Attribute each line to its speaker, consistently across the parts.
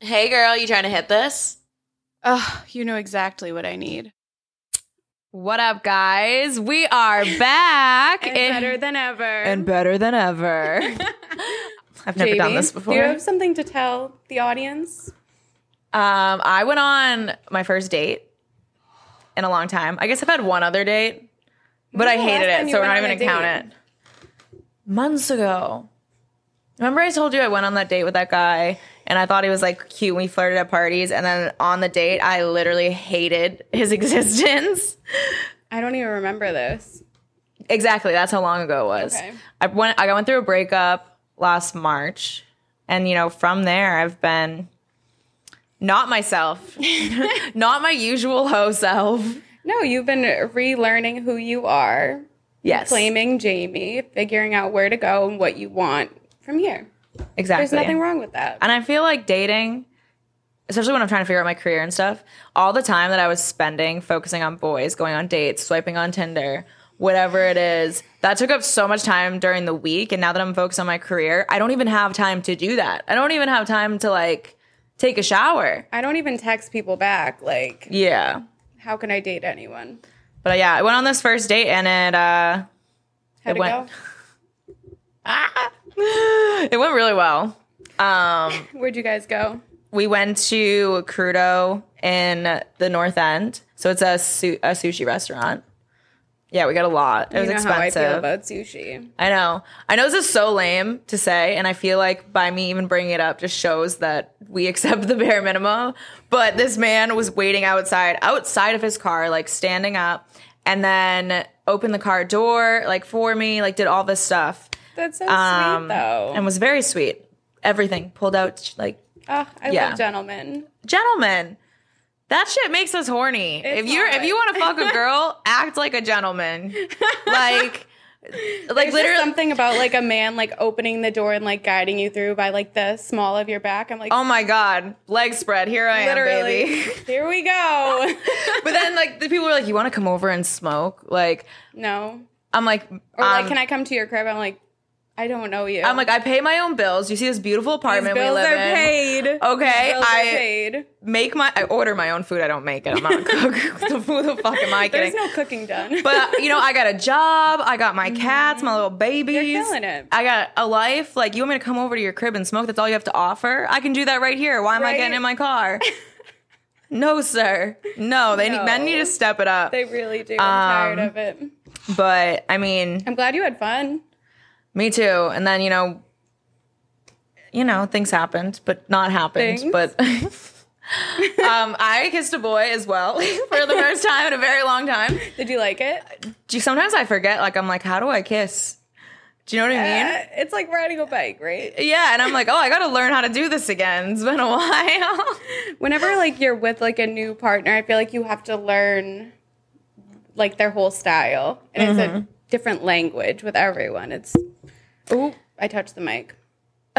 Speaker 1: Hey, girl, you trying to hit this?
Speaker 2: Oh, you know exactly what I need.
Speaker 3: What up, guys? We are back
Speaker 4: And better than ever.
Speaker 3: and better than ever. I've never done
Speaker 4: Jamie,
Speaker 3: this before.
Speaker 4: Do you have something to tell the audience?
Speaker 3: Um, I went on my first date in a long time. I guess I've had one other date, but I
Speaker 4: was the
Speaker 3: hated
Speaker 4: last time
Speaker 3: it,
Speaker 4: you
Speaker 3: so we're
Speaker 4: went
Speaker 3: not
Speaker 4: on
Speaker 3: even
Speaker 4: a
Speaker 3: gonna count it. Months ago. Remember I told you I went on that date with that guy and I thought he was like cute and we flirted at parties and then on the date I literally hated his existence.
Speaker 4: I don't even remember this.
Speaker 3: Exactly. That's how long ago it was.
Speaker 4: Okay.
Speaker 3: I went. I went through a breakup last March, and you know, from there, I've been not myself, not my usual ho self.
Speaker 4: No, you've been relearning who you are,
Speaker 3: Yes,
Speaker 4: claiming Jamie, figuring out where to go and what you want from here.
Speaker 3: exactly.
Speaker 4: There's nothing wrong with that.
Speaker 3: And I feel like dating, especially when I'm trying to figure out my career and stuff, all the time that I was spending focusing on boys, going on dates, swiping on Tinder, whatever it is, that took up so much time during the week. And now that I'm focused on my career, I don't even have time to do that. I don't even have time to like take a shower.
Speaker 4: I don't even text people back. Like,
Speaker 3: Yeah.
Speaker 4: how can I date anyone?
Speaker 3: But uh, yeah, I went on this first date and it uh
Speaker 4: How
Speaker 3: It
Speaker 4: to
Speaker 3: went- it went really well. Um
Speaker 4: go? Where'd you guys go?
Speaker 3: we went to Crudo in the North End. So it's a su- a sushi restaurant. Yeah, we got a lot. It was
Speaker 4: you know
Speaker 3: expensive.
Speaker 4: how I feel about sushi.
Speaker 3: I know. I know this is so lame to say, and I feel like by me even bringing it up just shows that we accept the bare minimum. But this man was waiting outside, outside of his car, like standing up, and then opened the car door, like for me, like did all this stuff,
Speaker 4: That's so
Speaker 3: Um,
Speaker 4: sweet, though.
Speaker 3: and was very sweet. Everything pulled out, like
Speaker 4: oh, I
Speaker 3: yeah.
Speaker 4: love gentlemen.
Speaker 3: gentlemen. That shit makes us horny.
Speaker 4: It's
Speaker 3: if you're if
Speaker 4: not.
Speaker 3: you want to fuck a girl, act like a gentleman, like like
Speaker 4: There's just
Speaker 3: literally.
Speaker 4: something about like a man like opening the door and like guiding you through by like the small of your back. I'm like,
Speaker 3: Oh my god, leg spread. Here I am,
Speaker 4: literally,
Speaker 3: baby.
Speaker 4: here we go.
Speaker 3: but then like the people were like, "You want to come over and smoke?" Like
Speaker 4: no,
Speaker 3: I'm like,
Speaker 4: or
Speaker 3: um,
Speaker 4: like, can I come to your crib? I'm like, I don't know you.
Speaker 3: I'm like, I pay my own bills. You see this beautiful
Speaker 4: These
Speaker 3: apartment we
Speaker 4: bills
Speaker 3: live
Speaker 4: are
Speaker 3: in.
Speaker 4: paid.
Speaker 3: Okay,
Speaker 4: bills
Speaker 3: I-
Speaker 4: are paid.
Speaker 3: Make my, I order my own food. I don't make it. I'm not a cook. Who the fuck am I
Speaker 4: There's
Speaker 3: kidding?
Speaker 4: no cooking done.
Speaker 3: but you know, I got a job. I got my cats, my little babies.
Speaker 4: You're killing it.
Speaker 3: I got a life. Like you want me to come over to your crib and smoke? That's all you have to offer. I can do that right here. Why am I
Speaker 4: Right?
Speaker 3: getting in my car? no, sir. No, they
Speaker 4: No.
Speaker 3: men need to step it up.
Speaker 4: they really do. I'm tired
Speaker 3: Um,
Speaker 4: of it.
Speaker 3: but I mean,
Speaker 4: I'm glad you had fun.
Speaker 3: Me too. And then, you know, you know, things happened, but not happened.
Speaker 4: Things?
Speaker 3: But um, I kissed a boy as well for the first time in a very long time.
Speaker 4: Did you like it?
Speaker 3: Do you, sometimes I forget, like, I'm like, how do I kiss? Do you know what I mean?
Speaker 4: Uh, it's like riding a bike, right?
Speaker 3: yeah. And I'm like, oh, I got to learn how to do this again. It's been a while.
Speaker 4: Whenever like you're with like a new partner, I feel like you have to learn like their whole style, and it's
Speaker 3: Mm-hmm.
Speaker 4: a different language with everyone. It's oh, I touched the mic.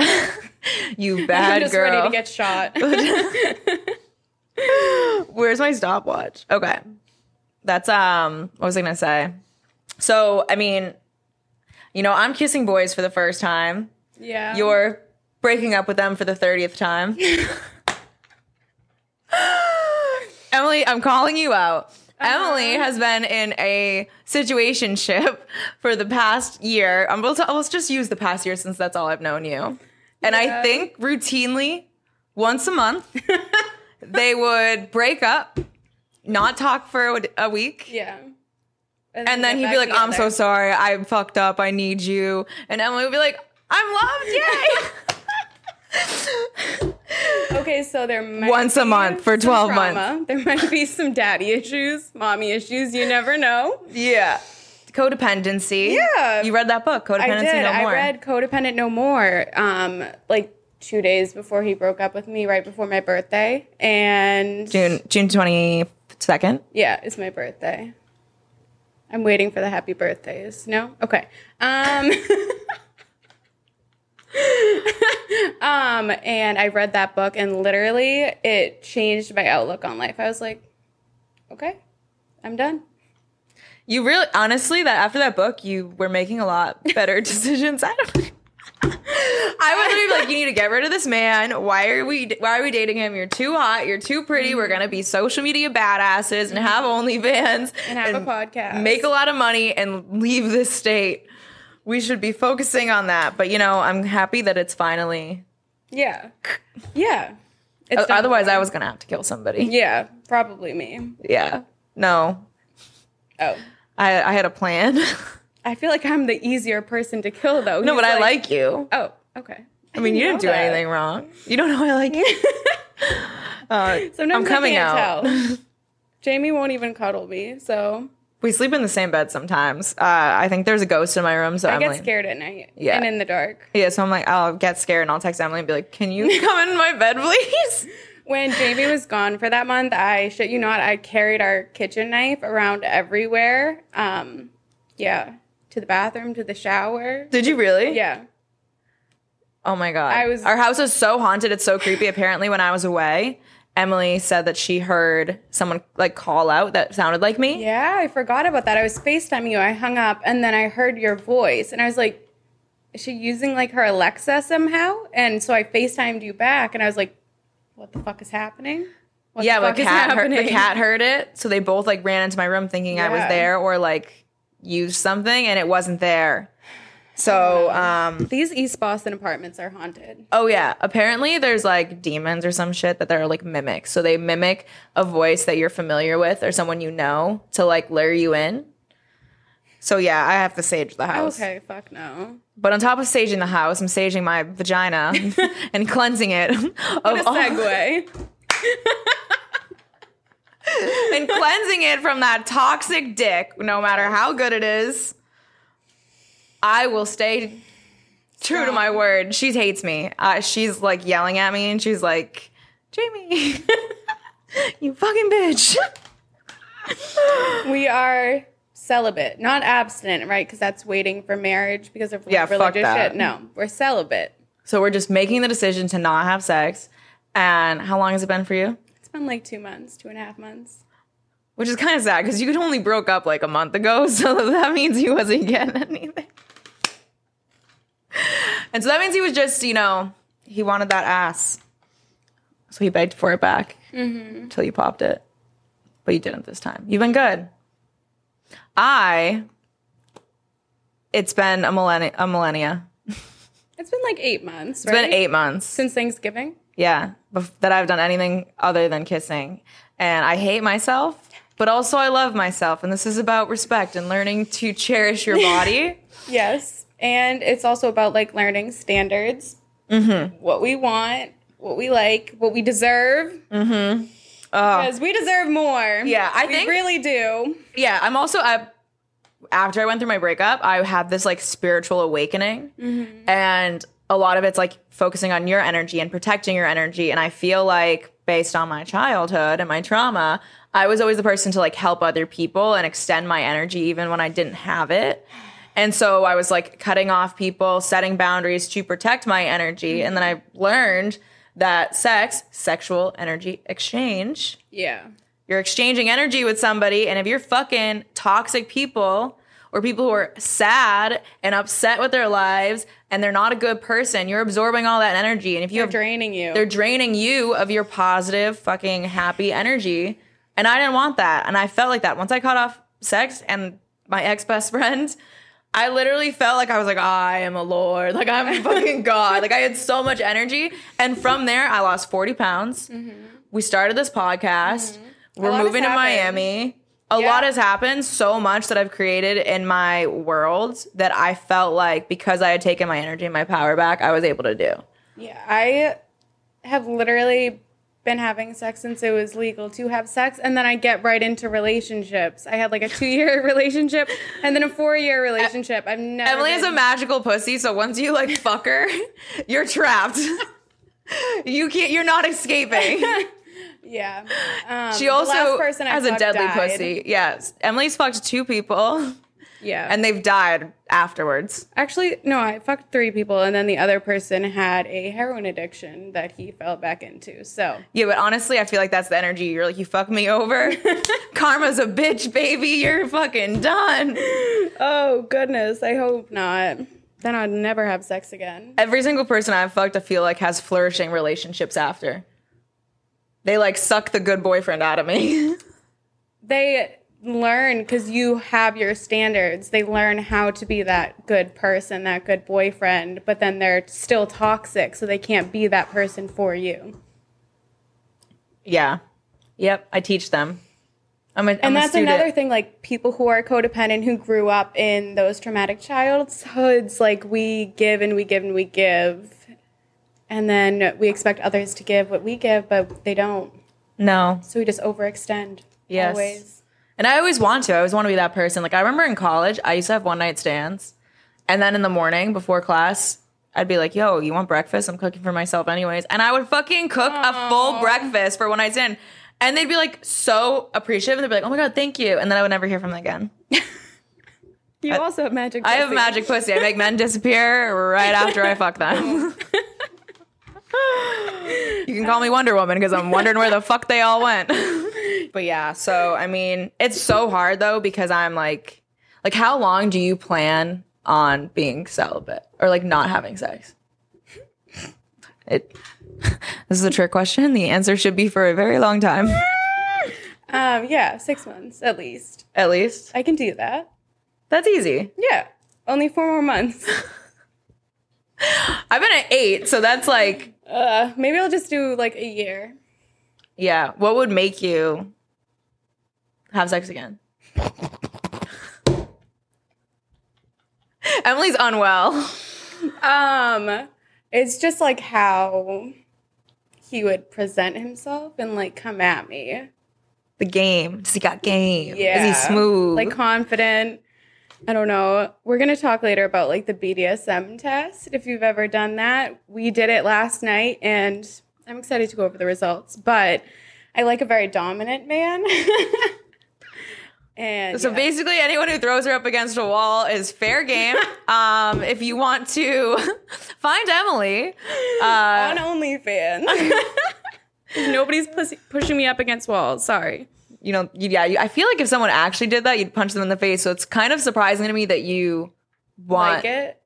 Speaker 3: you bad
Speaker 4: I'm just
Speaker 3: girl.
Speaker 4: ready to get shot.
Speaker 3: Where's my stopwatch? Okay. That's um what was I gonna say? So I mean, you know, I'm kissing boys for the first time.
Speaker 4: yeah,
Speaker 3: You're breaking up with them for the 30th time. Emily, I'm calling you out.
Speaker 4: Uh-huh.
Speaker 3: Emily has been in a situationship for the past year. Um, we'll t- let's just use the past year since that's all I've known you. And I
Speaker 4: Yeah.
Speaker 3: think routinely, once a month, they would break up, not talk for a, a week.
Speaker 4: yeah.
Speaker 3: And then
Speaker 4: get
Speaker 3: he'd be
Speaker 4: back
Speaker 3: like, I'm so
Speaker 4: together.
Speaker 3: sorry. I'm fucked up. I need you. And Emily would be like, I'm loved. Yay.
Speaker 4: Okay, so there might
Speaker 3: Once a
Speaker 4: be
Speaker 3: month for
Speaker 4: some
Speaker 3: 12
Speaker 4: trauma.
Speaker 3: months.
Speaker 4: There might be some daddy issues, mommy issues. You never know.
Speaker 3: yeah. Codependency.
Speaker 4: Yeah.
Speaker 3: You read that book, Codependency
Speaker 4: I did.
Speaker 3: No More.
Speaker 4: I read Codependent No More um, like two days before he broke up with me, right before my birthday. And
Speaker 3: June, June 22nd.
Speaker 4: yeah, it's my birthday. I'm waiting for the happy birthdays. No? Okay. Um, um, and I read that book, and literally it changed my outlook on life. I was like, okay, I'm done.
Speaker 3: You really, honestly, that after that book, you were making a lot better decisions. I don't I would literally be like, you need to get rid of this man. Why are we why are we dating him? You're too hot, you're too pretty, we're gonna be social media badasses and have OnlyFans
Speaker 4: And have a podcast.
Speaker 3: Make Mm-hmm. a lot of money and leave this state. We should be focusing on that. But you know, I'm happy that it's finally
Speaker 4: Yeah. Yeah. It's
Speaker 3: o-
Speaker 4: done.
Speaker 3: otherwise I was gonna have to kill somebody.
Speaker 4: Yeah, probably me.
Speaker 3: Yeah. No.
Speaker 4: Oh.
Speaker 3: I, I had a plan.
Speaker 4: I feel like I'm the easier person to kill though.
Speaker 3: no,
Speaker 4: He's
Speaker 3: but I like you.
Speaker 4: Oh, okay.
Speaker 3: I mean, you didn't do
Speaker 4: know that.
Speaker 3: anything wrong. You don't know I like you. Uh, I'm
Speaker 4: Sometimes
Speaker 3: coming
Speaker 4: I can't
Speaker 3: out.
Speaker 4: Tell. Jamie won't even cuddle me, so
Speaker 3: We sleep in the same bed sometimes. Uh, I think there's a ghost in my room, so
Speaker 4: I
Speaker 3: am
Speaker 4: get
Speaker 3: like,
Speaker 4: scared at night.
Speaker 3: Yeah.
Speaker 4: And in the dark.
Speaker 3: Yeah, so I'm like, I'll get scared and I'll text Emily and be like, "Can you come in my bed, please?"
Speaker 4: When Jamie was gone for that month, I shit you not, I carried our kitchen knife around everywhere. Um, yeah, to the bathroom, to the shower.
Speaker 3: Did you really?
Speaker 4: Yeah,
Speaker 3: Oh my god.
Speaker 4: I was-
Speaker 3: Our house is so haunted. It's so creepy. Apparently, when I was away, Emily said that she heard someone like call out that sounded like me.
Speaker 4: yeah, I forgot about that. I was FaceTiming you. I hung up, and then I heard your voice, and I was like, "Is she using like her Alexa somehow?" And so I FaceTimed you back, and I was like, "What the fuck is happening?" What
Speaker 3: yeah,
Speaker 4: the
Speaker 3: but
Speaker 4: fuck is
Speaker 3: cat heard, the
Speaker 4: happening?
Speaker 3: cat heard it, so they both like ran into my room thinking I was
Speaker 4: Yeah.
Speaker 3: there or like used something, and it wasn't there. So, um,
Speaker 4: These East Boston apartments are haunted.
Speaker 3: Oh yeah, apparently there's like demons or some shit that they're like mimics. So they mimic a voice that you're familiar with or someone you know to like lure you in. So yeah, I have to sage the house.
Speaker 4: Okay, fuck no.
Speaker 3: But on top of saging the house, I'm saging my vagina and cleansing it of
Speaker 4: What a
Speaker 3: all-
Speaker 4: segue.
Speaker 3: and cleansing it from that toxic dick, no matter how good it is. I will stay true to my word. She hates me. Uh, she's like yelling at me, and she's like, "Jamie, you fucking bitch."
Speaker 4: We are celibate, not abstinent, right? Because that's waiting for marriage because of
Speaker 3: Yeah, fuck
Speaker 4: religious
Speaker 3: that.
Speaker 4: shit. No, we're celibate.
Speaker 3: So we're just making the decision to not have sex. And how long has it been for you?
Speaker 4: It's been like two months, two and a half months.
Speaker 3: Which is kind of sad because you could only broke up like a month ago, so that means he wasn't getting anything. And so that means he was just, you know, he wanted that ass, so he begged for it back until you popped it, but you didn't this time. You've been good. I. It's been a millennia. A millennia.
Speaker 4: It's been like eight months.
Speaker 3: It's
Speaker 4: right?
Speaker 3: been eight months.
Speaker 4: since Thanksgiving.
Speaker 3: Yeah, bef- that I've done anything other than kissing. And I hate myself, but also I love myself. And this is about respect and learning to cherish your body.
Speaker 4: Yes, and it's also about like learning standards,
Speaker 3: Mm-hmm.
Speaker 4: what we want, what we like, what we deserve. Mm-hmm. Because we deserve more.
Speaker 3: Oh. Yeah, I
Speaker 4: we
Speaker 3: think-
Speaker 4: really do.
Speaker 3: yeah, I'm also I, after I went through my breakup, I had this like spiritual awakening, and a lot of it's like focusing on your energy and protecting your energy. And I feel like based on my childhood and my trauma, I was always the person to like help other people and extend my energy even when I didn't have it. And so I was like cutting off people, setting boundaries to protect my energy. And then I learned that sex, sexual energy exchange,
Speaker 4: Yeah,
Speaker 3: you're exchanging energy with somebody and if you're fucking toxic people or people who are sad and upset with their lives and they're not a good person you're absorbing all that energy and if you
Speaker 4: they're
Speaker 3: have
Speaker 4: draining you.
Speaker 3: they're draining you of your positive fucking happy energy and i didn't want that and i felt like that once i cut off sex and my ex-best friend i literally felt like i was like i am a lord like i'm fucking god like i had so much energy and from there i lost 40 pounds we started this podcast we're
Speaker 4: Mm-hmm. lot has
Speaker 3: moving to
Speaker 4: happened.
Speaker 3: miami a
Speaker 4: Yeah.
Speaker 3: lot has happened so much that i've created in my world that i felt like because i had taken my energy and my power back i was able to do
Speaker 4: Yeah, I have literally been having sex since it was legal to have sex, and then I get right into relationships. I had like a two-year relationship and then a four-year relationship. I've never.
Speaker 3: Emily is a
Speaker 4: been-
Speaker 3: magical pussy, so once you like fuck her, you're trapped. you can't. You're not escaping.
Speaker 4: yeah. Um,
Speaker 3: She
Speaker 4: the
Speaker 3: also
Speaker 4: last person I
Speaker 3: has a
Speaker 4: fucked
Speaker 3: deadly
Speaker 4: died.
Speaker 3: pussy. Yes, Emily's fucked two people,
Speaker 4: Yeah,
Speaker 3: and they've died afterwards.
Speaker 4: actually, no, I fucked three people, and then the other person had a heroin addiction that he fell back into. So
Speaker 3: Yeah, but honestly, I feel like that's the energy. You're like, you fuck me over. Karma's a bitch, baby. You're fucking done.
Speaker 4: Oh goodness, I hope not. Then I'd never have sex again.
Speaker 3: Every single person I've fucked, I feel like has flourishing relationships after. They like suck the good boyfriend out of me.
Speaker 4: They learn because you have your standards. They learn how to be that good person, that good boyfriend, but then they're still toxic, so they can't be that person for you.
Speaker 3: yeah. Yep. I teach them. I'm a,
Speaker 4: And
Speaker 3: I'm a
Speaker 4: that's
Speaker 3: student.
Speaker 4: another thing, like people who are codependent who grew up in those traumatic childhoods, like we give and we give and we give. And then we expect others to give what we give, but they don't.
Speaker 3: No.
Speaker 4: So we just overextend.
Speaker 3: Yes.
Speaker 4: Always.
Speaker 3: And I always want to. I always want to be that person. Like I remember in college, I used to have one night stands, and then in the morning before class, I'd be like, "Yo, you want breakfast? I'm cooking for myself anyways." And I would fucking cook a full breakfast for one night stand, and they'd be like so appreciative, and they'd be like, "Oh my god, thank you," and then I would never hear from them again.
Speaker 4: You also have magic.
Speaker 3: I have
Speaker 4: pussy.
Speaker 3: magic pussy. I make men disappear right after I fuck them. you can call me Wonder Woman because I'm wondering where the fuck they all went. but yeah, so I mean, it's so hard though because I'm like, like how long do you plan on being celibate or like not having sex? It. This is a trick question. The answer should be for a very long time,
Speaker 4: Um, yeah, six months at least.
Speaker 3: at least.
Speaker 4: I can do that.
Speaker 3: That's easy.
Speaker 4: Yeah, only four more months.
Speaker 3: I've been at eight, so that's like
Speaker 4: Uh, maybe I'll just do like a year.
Speaker 3: Yeah. What would make you have sex again? Emily's unwell.
Speaker 4: Um, it's just like how he would present himself and like come at me.
Speaker 3: The game. Does he got game?
Speaker 4: Yeah,
Speaker 3: Is he smooth?
Speaker 4: Like confident. I don't know. We're gonna talk later about like the BDSM test. If you've ever done that, we did it last night, and I'm excited to go over the results. But I like a very dominant man. and
Speaker 3: so
Speaker 4: yeah.
Speaker 3: basically, anyone who throws her up against a wall is fair game. um, if you want to find Emily, uh,
Speaker 4: on OnlyFans. Nobody's pus- pushing me up against walls. Sorry.
Speaker 3: you know, you, yeah, you, I feel like if someone actually did that, you'd punch them in the face. So it's kind of surprising to me that you want
Speaker 4: Like it?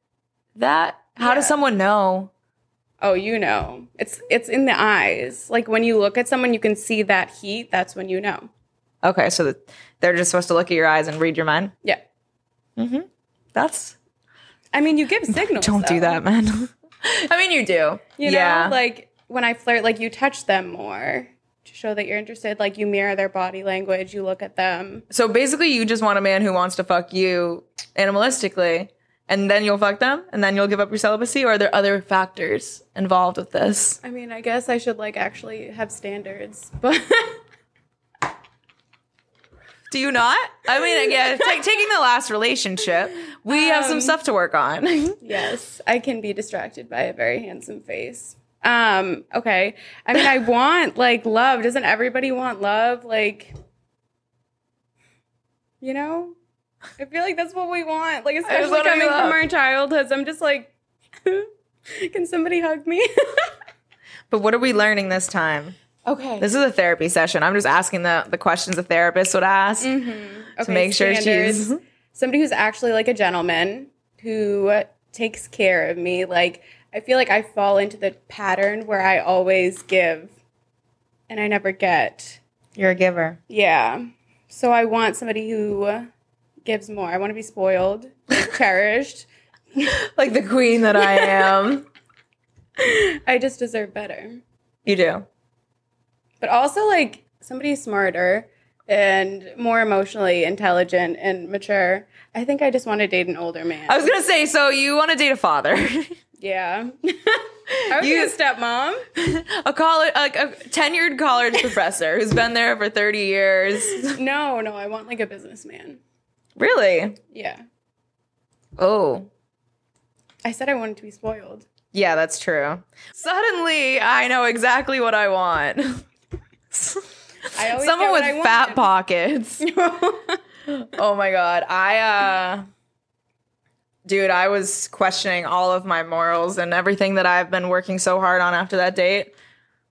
Speaker 3: that. How does
Speaker 4: Yeah.
Speaker 3: someone know?
Speaker 4: Oh, you know. It's it's in the eyes. Like when you look at someone, you can see that heat. That's when you know.
Speaker 3: Okay, so that they're just supposed to look at your eyes and read your mind.
Speaker 4: Yeah.
Speaker 3: That's
Speaker 4: I mean, you give signals.
Speaker 3: don't do
Speaker 4: though.
Speaker 3: that, man. I mean, you do.
Speaker 4: You know,
Speaker 3: yeah.
Speaker 4: like when I flirt, like you touch them more to show that you're interested. Like you mirror their body language. You look at them.
Speaker 3: so basically, you just want a man who wants to fuck you animalistically, and then you'll fuck them, and then you'll give up your celibacy. Or are there other factors involved with this?
Speaker 4: I mean, I guess I should like actually have standards, but
Speaker 3: Do you not? I mean, yeah. ta- taking the last relationship, we have some stuff to work on.
Speaker 4: Yes, I can be distracted by a very handsome face. Um, okay. I mean, I want like love. Doesn't everybody want love? Like, you know, I feel like that's what we want. Like, especially
Speaker 3: wanna be
Speaker 4: coming from
Speaker 3: loved.
Speaker 4: our childhoods, I'm just like, can somebody hug me?
Speaker 3: but what are we learning this time?
Speaker 4: okay.
Speaker 3: This is a therapy session. I'm just asking the the questions a therapist would ask.
Speaker 4: okay,
Speaker 3: make sure she's-
Speaker 4: somebody who's actually like a gentleman who takes care of me. Like I feel like I fall into the pattern where I always give and I never get.
Speaker 3: You're a giver.
Speaker 4: Yeah. So I want somebody who gives more. I want to be spoiled, cherished.
Speaker 3: like the queen that I am.
Speaker 4: I just deserve better.
Speaker 3: you do.
Speaker 4: But also like somebody smarter and more emotionally intelligent and mature. I think I just want to date an older man.
Speaker 3: I was gonna say, so you want to date a father,
Speaker 4: Yeah. I was
Speaker 3: You-
Speaker 4: you, stepmom.
Speaker 3: a college, like a tenured college professor who's been there for thirty years.
Speaker 4: No, no, I want like a businessman.
Speaker 3: Really?
Speaker 4: Yeah.
Speaker 3: Oh,
Speaker 4: I said I wanted to be spoiled.
Speaker 3: yeah, that's true. Suddenly, I know exactly what I want.
Speaker 4: I always
Speaker 3: Someone with
Speaker 4: get Oh, what I
Speaker 3: fat
Speaker 4: want.
Speaker 3: pockets. oh my god, I uh dude, I was questioning all of my morals and everything that I've been working so hard on after that date.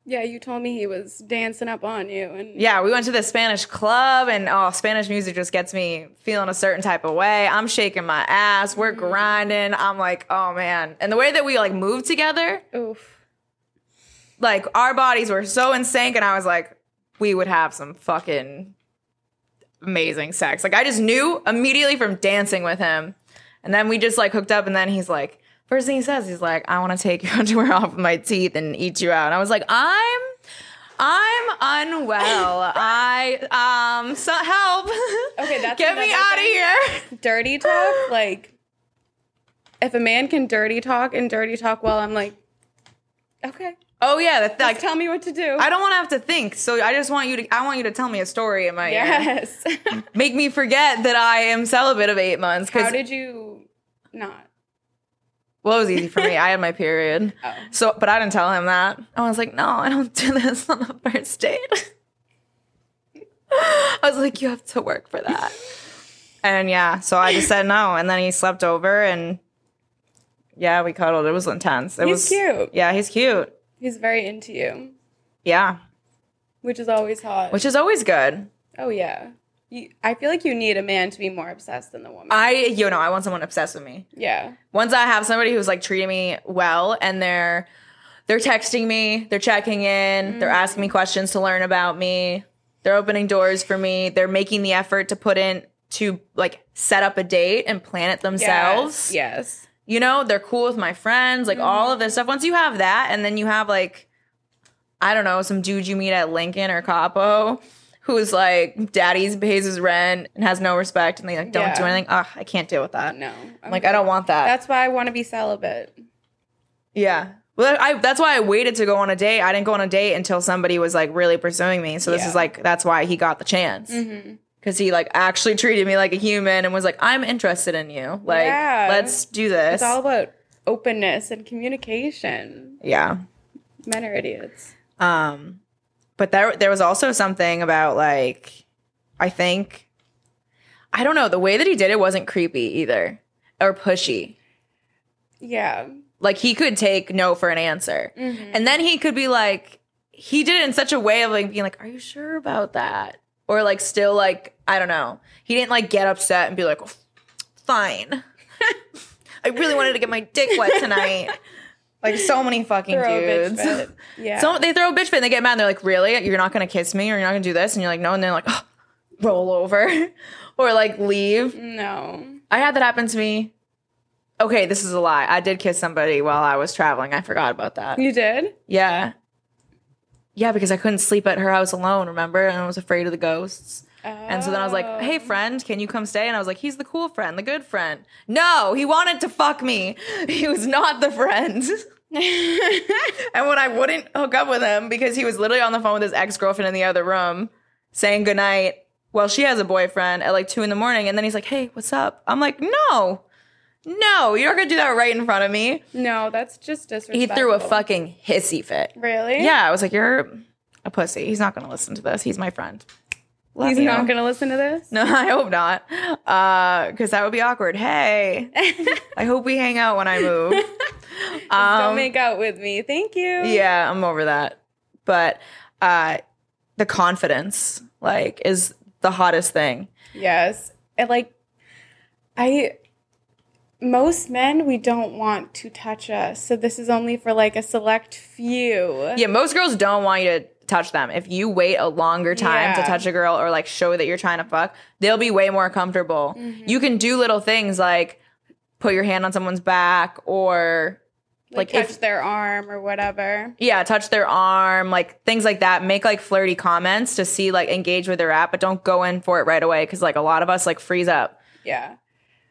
Speaker 4: Yeah, you told me he was dancing up on you, and
Speaker 3: Yeah, we went to the Spanish club, and oh, Spanish music just gets me feeling a certain type of way. I'm shaking my ass. We're grinding. I'm like, oh man. And the way that we like moved together,
Speaker 4: oof.
Speaker 3: like our bodies were so in sync, and I was like, we would have some fucking amazing sex. Like I just knew immediately from dancing with him, and then we just like hooked up, and then he's like, first thing he says, he's like, I want to take your underwear off of my teeth and eat you out. And I was like, I'm. I'm unwell. I um so help.
Speaker 4: Okay, that's
Speaker 3: Get me
Speaker 4: another
Speaker 3: out
Speaker 4: thing.
Speaker 3: of here.
Speaker 4: dirty talk like if a man can dirty talk and dirty talk well i'm like okay
Speaker 3: Oh yeah, that,
Speaker 4: like
Speaker 3: like
Speaker 4: tell me what to do
Speaker 3: I don't want to have to think. So I just want you to. I want you to tell me a story in my ear.
Speaker 4: yes
Speaker 3: Make me forget that I am celibate of eight months.
Speaker 4: how
Speaker 3: Because
Speaker 4: did you not
Speaker 3: well, it was easy for me. I had my period.
Speaker 4: Oh.
Speaker 3: So, but I didn't tell him that. I was like, no, I don't do this on the first date. I was like, you have to work for that. And yeah, so I just said no. And then he slept over and yeah, we cuddled. It was intense. It
Speaker 4: He's
Speaker 3: was
Speaker 4: cute.
Speaker 3: Yeah, he's cute.
Speaker 4: he's very into you
Speaker 3: Yeah.
Speaker 4: which is always hot
Speaker 3: Which is always good.
Speaker 4: oh yeah you, i feel like you need a man to be more obsessed than the woman
Speaker 3: I, you know, I want someone obsessed with me.
Speaker 4: yeah
Speaker 3: once I have somebody who's like treating me well and they're they're texting me, they're checking in, they're
Speaker 4: Mm.
Speaker 3: asking me questions to learn about me, they're opening doors for me, they're making the effort to put in to like set up a date and plan it themselves.
Speaker 4: yes, yes.
Speaker 3: You know, they're cool with my friends,
Speaker 4: Mm-hmm.
Speaker 3: like all of this stuff. Once you have that and then you have like I don't know, some dude you meet at Lincoln or Capo who's like daddy's pays his rent and has no respect and they like don't
Speaker 4: Yeah.
Speaker 3: do anything. Ugh, I can't deal with that.
Speaker 4: no
Speaker 3: I'm like I don't want that.
Speaker 4: that's why i want to be celibate
Speaker 3: Yeah. Well, I, that's why I waited to go on a date. I didn't go on a date until somebody was like really pursuing me. So this
Speaker 4: Yeah. Mm-hmm.
Speaker 3: is like that's why he got the chance because he like actually treated me like a human and was like, "I'm interested in you. Like,
Speaker 4: Yeah.
Speaker 3: let's do this."
Speaker 4: it's all about openness and communication
Speaker 3: yeah.
Speaker 4: men are idiots
Speaker 3: Um, but there there was also something about like I think I don't know the way that he did it wasn't creepy either or pushy.
Speaker 4: yeah
Speaker 3: Like he could take no for an answer. And then he could be like, he did it in such a way of like being like, are you sure about that? Or like still like, I don't know. He didn't like get upset and be like, fine. I really wanted to get my dick wet tonight. like so many fucking
Speaker 4: Throw a bitch
Speaker 3: dudes.
Speaker 4: fit. yeah
Speaker 3: So they throw a bitch fit and they get mad and they're like, really? You're not gonna kiss me or you're not gonna do this? And you're like, no, and they're like, "Ugh, roll over or like leave.
Speaker 4: no
Speaker 3: I had that happen to me. Okay, this is a lie. I did kiss somebody while I was traveling. I forgot about that.
Speaker 4: You did?
Speaker 3: Yeah. Yeah, because I couldn't sleep at her house alone, remember? And I was afraid of the ghosts. And so then I was like, hey, friend, can you come stay? And I was like, he's the cool friend, the good friend. No, he wanted to fuck me. He was not the friend. and when I wouldn't hook up with him because he was literally on the phone with his ex girlfriend in the other room saying goodnight, well, she has a boyfriend at like two in the morning. And then he's like, hey, what's up? I'm like, no, no, you're not going to do that right in front of me.
Speaker 4: No, that's just
Speaker 3: He
Speaker 4: disrespectful.
Speaker 3: threw a fucking hissy fit.
Speaker 4: Really?
Speaker 3: Yeah, I was like, you're a pussy. He's not going to listen to this. He's my friend. Love
Speaker 4: He's
Speaker 3: you.
Speaker 4: not going to listen to this?
Speaker 3: No, I hope not. Because that would be awkward. Hey, I hope we hang out when I move.
Speaker 4: Don't
Speaker 3: Um,
Speaker 4: make out with me. Thank you.
Speaker 3: yeah, I'm over that. But uh, the confidence, like, is the hottest thing.
Speaker 4: Yes. And like, I. Most men, we don't want to touch us. So this is only for like a select few.
Speaker 3: Yeah, most girls don't want you to touch them. If you wait a longer time to
Speaker 4: Yeah.
Speaker 3: touch a girl or like show that you're trying to fuck, they'll be way more comfortable.
Speaker 4: Mm-hmm.
Speaker 3: You can do little things like put your hand on someone's back or
Speaker 4: Like,
Speaker 3: like,
Speaker 4: touch
Speaker 3: if-
Speaker 4: their arm or whatever.
Speaker 3: yeah, touch their arm, like things like that. Make like flirty comments to see like engage where they're at, but don't go in for it right away cuz like a lot of us like freeze up,
Speaker 4: Yeah.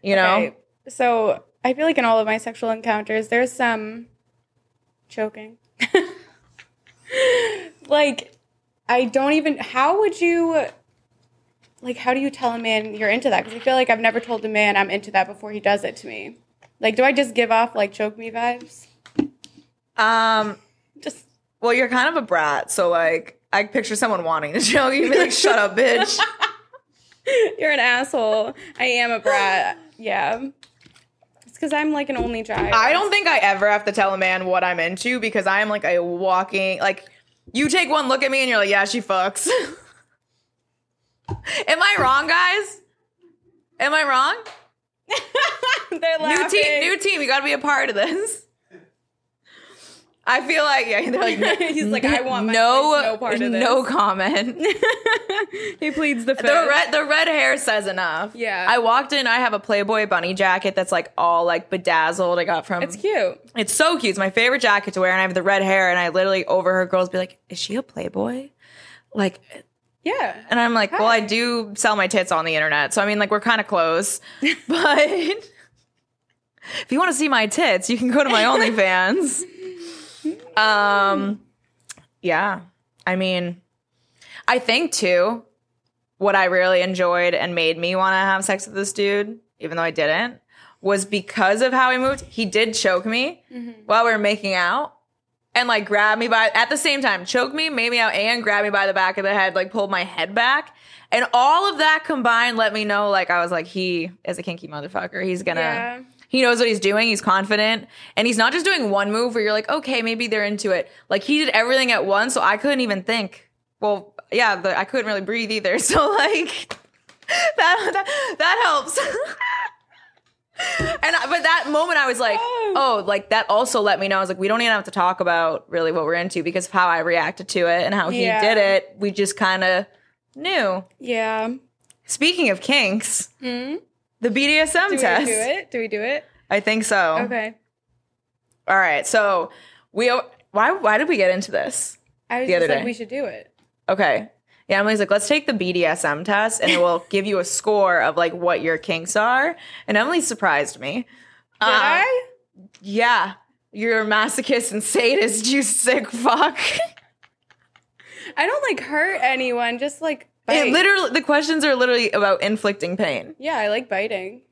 Speaker 3: you know?
Speaker 4: Okay. So I feel like in all of my sexual encounters, there's some choking. like, I don't even. How would you. Like, how do you tell a man you're into that? Because I feel like I've never told a man I'm into that before he does it to me. Like, do I just give off, like, choke me vibes?
Speaker 3: Um
Speaker 4: Just.
Speaker 3: well, you're kind of a brat, so like I picture someone wanting to choke you, be like, "Shut up, bitch."
Speaker 4: You're an asshole. I am a brat. Yeah. It's because I'm like an only child.
Speaker 3: I don't think I ever have to tell a man what I'm into because I am like a walking like You take one look at me and you're like, yeah, she fucks. Am I wrong, guys? Am I wrong?
Speaker 4: They're
Speaker 3: New
Speaker 4: laughing.
Speaker 3: team, new team. You got to be a part of this. I feel like yeah, they're like no,
Speaker 4: He's like, I want my
Speaker 3: no,
Speaker 4: no part of this.
Speaker 3: no comment.
Speaker 4: he pleads the fifth.
Speaker 3: The red the red hair says enough.
Speaker 4: Yeah.
Speaker 3: I walked in, I have a Playboy bunny jacket that's like all like bedazzled. I got from
Speaker 4: It's cute.
Speaker 3: It's so cute. It's my favorite jacket to wear, and I have the red hair, and I literally overheard girls be like, Is she a Playboy? Like
Speaker 4: Yeah.
Speaker 3: and I'm like, Well, I do sell my tits on the internet. So I mean like we're kinda close. but if you want to see my tits, you can go to my OnlyFans. um yeah. I mean, I think too, what I really enjoyed and made me want to have sex with this dude, even though I didn't, was because of how he moved. He did choke me while we were making out and like grab me by, at the same time, choke me, made me out and grab me by the back of the head, like pulled my head back. And all of that combined let me know, like, I was like, he is a kinky motherfucker. He's gonna,
Speaker 4: Yeah.
Speaker 3: he knows what he's doing. He's confident. And he's not just doing one move where you're like, okay, maybe they're into it. Like, he did everything at once. So I couldn't even think. Well, yeah, the, I couldn't really breathe either. So, like, that, that, that helps. and I, but that moment I was like, oh, like that also let me know. I was like, we don't even have to talk about really what we're into because of how I reacted to it and how he
Speaker 4: Yeah.
Speaker 3: did it. We just kind of knew.
Speaker 4: Yeah.
Speaker 3: Speaking of kinks,
Speaker 4: Hmm?
Speaker 3: the BDSM
Speaker 4: Do we do
Speaker 3: test. Oh.
Speaker 4: it? Do we do it?
Speaker 3: I think so.
Speaker 4: Okay.
Speaker 3: All right. So we why why did we get into this?
Speaker 4: I was
Speaker 3: The other
Speaker 4: just like,
Speaker 3: day.
Speaker 4: we should do it.
Speaker 3: Okay. Yeah, Emily's like, let's take the BDSM test and it will give you a score of like what your kinks are. And Emily surprised me. Uh-huh. Uh,
Speaker 4: Did I?
Speaker 3: Yeah. You're a masochist and sadist, you sick fuck.
Speaker 4: I don't like hurt anyone. Just like bite.
Speaker 3: It literally the questions are literally about inflicting pain.
Speaker 4: yeah, I like biting.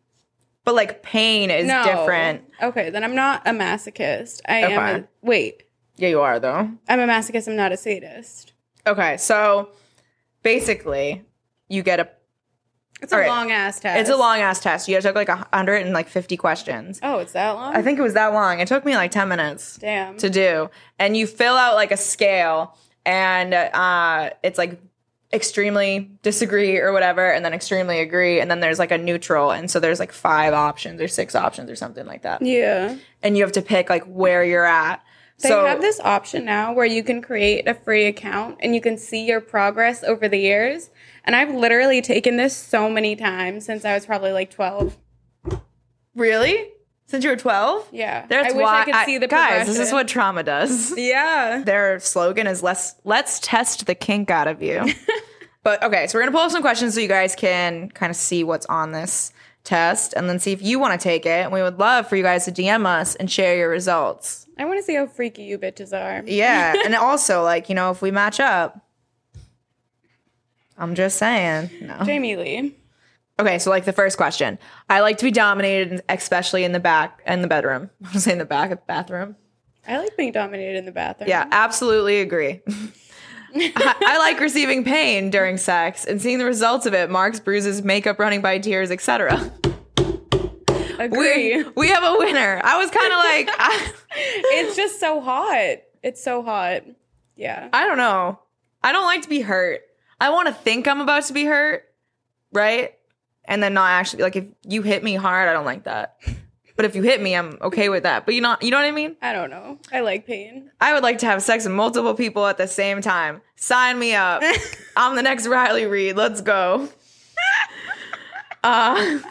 Speaker 3: But like pain is
Speaker 4: no.
Speaker 3: different.
Speaker 4: Okay, then I'm not a masochist. I am.
Speaker 3: Okay.
Speaker 4: A, wait,
Speaker 3: Yeah, you are though.
Speaker 4: I'm a masochist. I'm not a sadist.
Speaker 3: Okay, so basically you get a
Speaker 4: It's a
Speaker 3: All right.
Speaker 4: long ass test.
Speaker 3: it's a long ass test. You took like a hundred and like fifty questions.
Speaker 4: Oh, it's that long.
Speaker 3: I think it was that long. It took me like 10 minutes
Speaker 4: Damn.
Speaker 3: to do. And you fill out like a scale and uh, it's like extremely disagree or whatever, and then extremely agree. And then there's like a neutral. And so there's like five options or six options or something like that.
Speaker 4: yeah.
Speaker 3: And you have to pick like where you're at.
Speaker 4: They
Speaker 3: so
Speaker 4: have this option now where you can create a free account and you can see your progress over the years. And I've literally taken this so many times since I was probably like 12.
Speaker 3: really since you were 12?
Speaker 4: Yeah.
Speaker 3: That's
Speaker 4: I wish
Speaker 3: why
Speaker 4: I could see the
Speaker 3: guys. This is
Speaker 4: progression.
Speaker 3: what trauma does.
Speaker 4: Yeah.
Speaker 3: their slogan is let's let's test the kink out of you. but okay, so we're gonna pull up some questions so you guys can kind of see what's on this test and then see if you want to take it. And we would love for you guys to DM us and share your results.
Speaker 4: I want to see how freaky you bitches are.
Speaker 3: Yeah. and also like, you know, if we match up. I'm just saying. No.
Speaker 4: Jamie Lee.
Speaker 3: Okay, so like the first question. I like to be dominated especially in the back in the bedroom. I was saying the back of the bathroom.
Speaker 4: I like being dominated in the bathroom.
Speaker 3: Yeah, absolutely agree. I, I like receiving pain during sex and seeing the results of it marks, bruises, makeup running by tears, etc.
Speaker 4: Agree.
Speaker 3: We, we have a winner. I was kind of like, I,
Speaker 4: it's just so hot. It's so hot. Yeah.
Speaker 3: I don't know. I don't like to be hurt. I want to think I'm about to be hurt, right? And then not actually, like, if you hit me hard, I don't like that. But if you hit me, I'm okay with that. But you know, you know what I mean?
Speaker 4: I don't know. I like pain.
Speaker 3: I would like to have sex with multiple people at the same time. Sign me up. I'm the next Riley Reed. Let's go. Uh,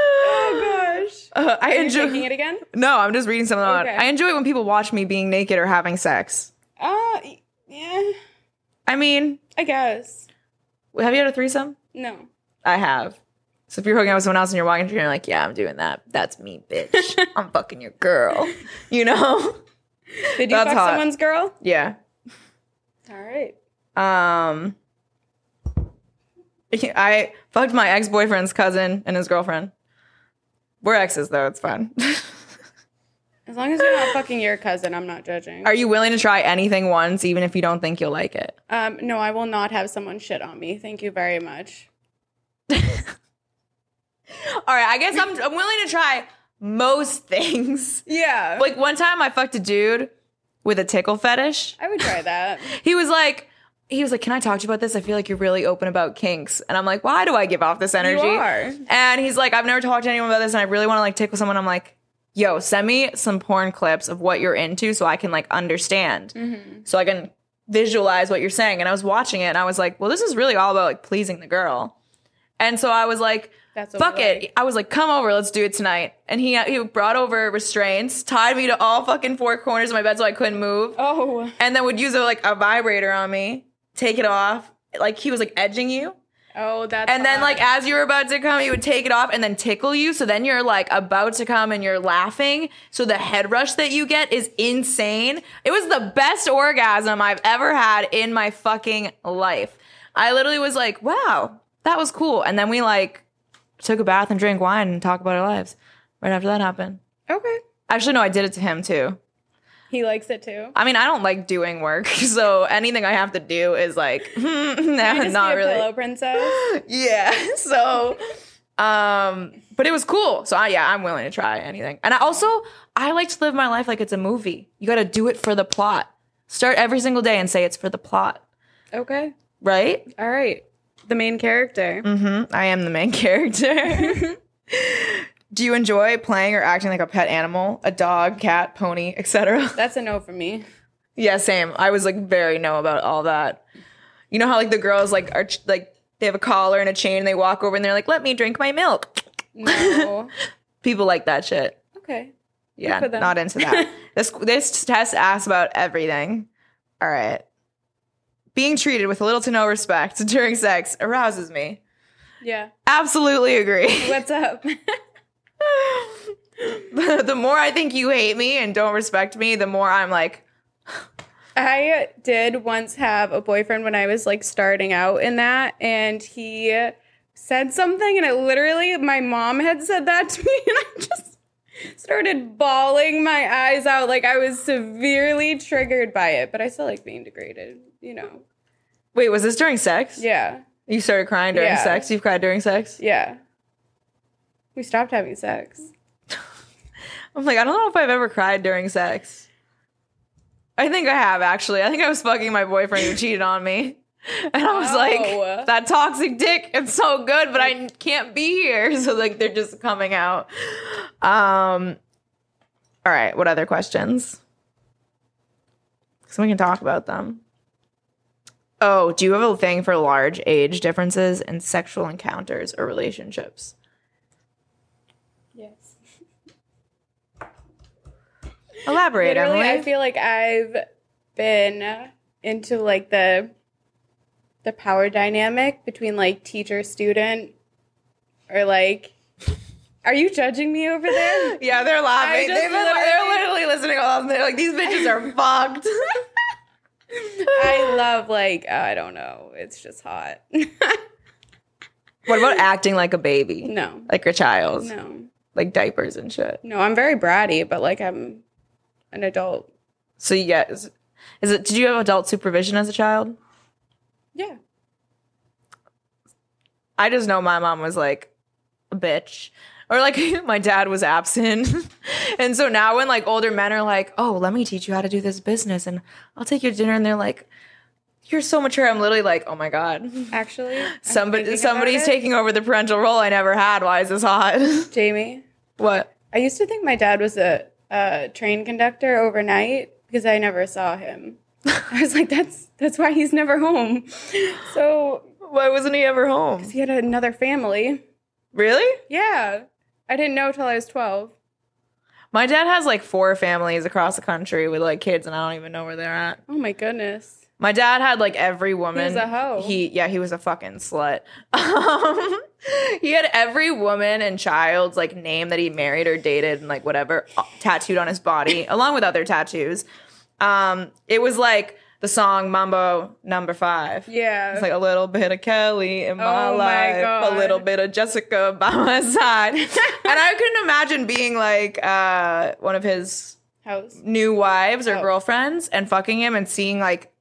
Speaker 4: Oh gosh.
Speaker 3: uh, I
Speaker 4: Are you taking
Speaker 3: enjoy.
Speaker 4: it again?
Speaker 3: No, I'm just reading something out.
Speaker 4: Okay.
Speaker 3: I enjoy when people watch me being naked or having sex.
Speaker 4: Uh y- yeah.
Speaker 3: I mean,
Speaker 4: I guess.
Speaker 3: have you had a threesome?
Speaker 4: No.
Speaker 3: I have. So if you're hooking up with someone else and you're walking through, you're like, yeah, I'm doing that. That's me, bitch. I'm fucking your girl. You know?
Speaker 4: Did you
Speaker 3: That's
Speaker 4: fuck
Speaker 3: hot.
Speaker 4: someone's girl?
Speaker 3: Yeah.
Speaker 4: All right.
Speaker 3: Um, I fucked my ex boyfriend's cousin and his girlfriend. We're exes though; it's fun.
Speaker 4: As long as you're not fucking your cousin, I'm not judging.
Speaker 3: Are you willing to try anything once, even if you don't think you'll like it?
Speaker 4: um, no, I will not have someone shit on me. Thank you very much.
Speaker 3: All right, I guess I'm I'm willing to try most things.
Speaker 4: Yeah.
Speaker 3: Like one time, I fucked a dude. with a tickle fetish.
Speaker 4: I would try that.
Speaker 3: He was like, he was like, "Can I talk to you about this? I feel like you're really open about kinks." And I'm like, "Why do I give off this energy?"
Speaker 4: are.
Speaker 3: And he's like, "I've never talked to anyone about this, and I really want to like tickle someone." I'm like, "Yo, send me some porn clips of what you're into, so I can like understand,
Speaker 4: Mm-hmm.
Speaker 3: so I can visualize what you're saying." And I was watching it, and I was like, "Well, this is really all about like pleasing the girl." And so I was like,
Speaker 4: That's what
Speaker 3: fuck
Speaker 4: we
Speaker 3: it.
Speaker 4: like.
Speaker 3: I was like, come over, let's do it tonight. And he he brought over restraints, tied me to all fucking four corners of my bed so I couldn't move,
Speaker 4: Oh.
Speaker 3: and then would use a, like a vibrator on me, take it off. Like he was like edging you,
Speaker 4: Oh, that's.
Speaker 3: and then
Speaker 4: hot.
Speaker 3: like as you were about to come, he would take it off and then tickle you. So then you're like about to come and you're laughing. So the head rush that you get is insane. It was the best orgasm I've ever had in my fucking life. I literally was like, wow, that was cool. And then we like took a bath and drank wine and talked about our lives right after that happened.
Speaker 4: Okay.
Speaker 3: Actually, no, I did it to him too.
Speaker 4: He likes it too.
Speaker 3: I mean, I don't like doing work, so anything I have to do is like, no,
Speaker 4: I just
Speaker 3: not
Speaker 4: be a
Speaker 3: really.
Speaker 4: pillow princess.
Speaker 3: Yeah. So, um, but it was cool. So I, yeah, I'm willing to try anything. And I also, I like to live my life like it's a movie. You got to do it for the plot. Start every single day and say it's for the plot,
Speaker 4: okay.
Speaker 3: right?
Speaker 4: All right. The main character.
Speaker 3: Mm-hmm. I am the main character. do you enjoy playing or acting like a pet animal, a dog, cat, pony, etc.?
Speaker 4: That's a no for me.
Speaker 3: Yeah, same. I was like very no about all that. You know how like the girls like are ch- like they have a collar and a chain and they walk over and they're like, "Let me drink my milk."
Speaker 4: No.
Speaker 3: People like that shit.
Speaker 4: okay.
Speaker 3: Yeah,
Speaker 4: for them.
Speaker 3: not into that. this this test asks about everything. All right. Being treated with little to no respect during sex arouses me.
Speaker 4: Yeah.
Speaker 3: Absolutely agree.
Speaker 4: What's up?
Speaker 3: the more I think you hate me and don't respect me, the more I'm like,
Speaker 4: I did once have a boyfriend when I was like starting out in that, and he said something, and it literally, my mom had said that to me, and I just started bawling my eyes out. Like I was severely triggered by it, but I still like being degraded, you know?
Speaker 3: "Wait, was this during sex?"
Speaker 4: Yeah.
Speaker 3: You started crying during
Speaker 4: Yeah.
Speaker 3: sex. You've cried during sex.
Speaker 4: Yeah. We stopped having sex.
Speaker 3: I'm like, I don't know if I've ever cried during sex. I think I have actually. I think I was fucking my boyfriend who cheated on me. And I was
Speaker 4: Wow.
Speaker 3: like, that toxic dick, it's so good, but I can't be here. So like they're just coming out. Um all right, what other questions? So we can talk about them. Oh, do you have a thing for large age differences in sexual encounters or relationships?
Speaker 4: Yes.
Speaker 3: Elaborate,
Speaker 4: Literally,
Speaker 3: Emily.
Speaker 4: I feel like I've been into like the the power dynamic between like teacher student or like are you judging me over there?
Speaker 3: Yeah, they're laughing.
Speaker 4: I just
Speaker 3: They've been- they're literally listening all They're like, these bitches are fucked.
Speaker 4: I love like uh, I don't know. It's just hot.
Speaker 3: what about acting like a baby?
Speaker 4: no.
Speaker 3: Like a child?
Speaker 4: No.
Speaker 3: Like diapers and shit.
Speaker 4: No, I'm very bratty, but like I'm an adult.
Speaker 3: So you get is, is it did you have adult supervision as a child?
Speaker 4: Yeah.
Speaker 3: I just know my mom was like a bitch. Or like my dad was absent. and so now when like older men are like, Oh, let me teach you how to do this business and I'll take you to dinner and they're like, You're so mature. I'm literally like, Oh my God.
Speaker 4: Actually, I'm
Speaker 3: Somebody
Speaker 4: thinking about
Speaker 3: somebody's
Speaker 4: it.
Speaker 3: taking over the parental role I never had. Why is this hot?
Speaker 4: Jamie.
Speaker 3: what?
Speaker 4: I used to think my dad was a, a train conductor overnight because I never saw him. I was like, that's that's why he's never home. So
Speaker 3: Why wasn't he ever home?
Speaker 4: he had another family.
Speaker 3: Really?
Speaker 4: Yeah, I didn't know till I was twelve.
Speaker 3: My dad has like four families across the country with like kids, and I don't even know where they're at.
Speaker 4: Oh my goodness.
Speaker 3: My dad had like every woman.
Speaker 4: a hoe.
Speaker 3: He yeah, he was a fucking slut. Um, he had every woman and child's like name that he married or dated and like whatever uh, tattooed on his body, along with other tattoos. Um, it was like the song Mambo Number Five.
Speaker 4: Yeah.
Speaker 3: It's like a little bit of Kelly in my
Speaker 4: Oh my
Speaker 3: life,
Speaker 4: God.
Speaker 3: a little bit of Jessica by my side. and I couldn't imagine being like uh, one of his
Speaker 4: House.
Speaker 3: new wives or
Speaker 4: Oh.
Speaker 3: girlfriends and fucking him and seeing like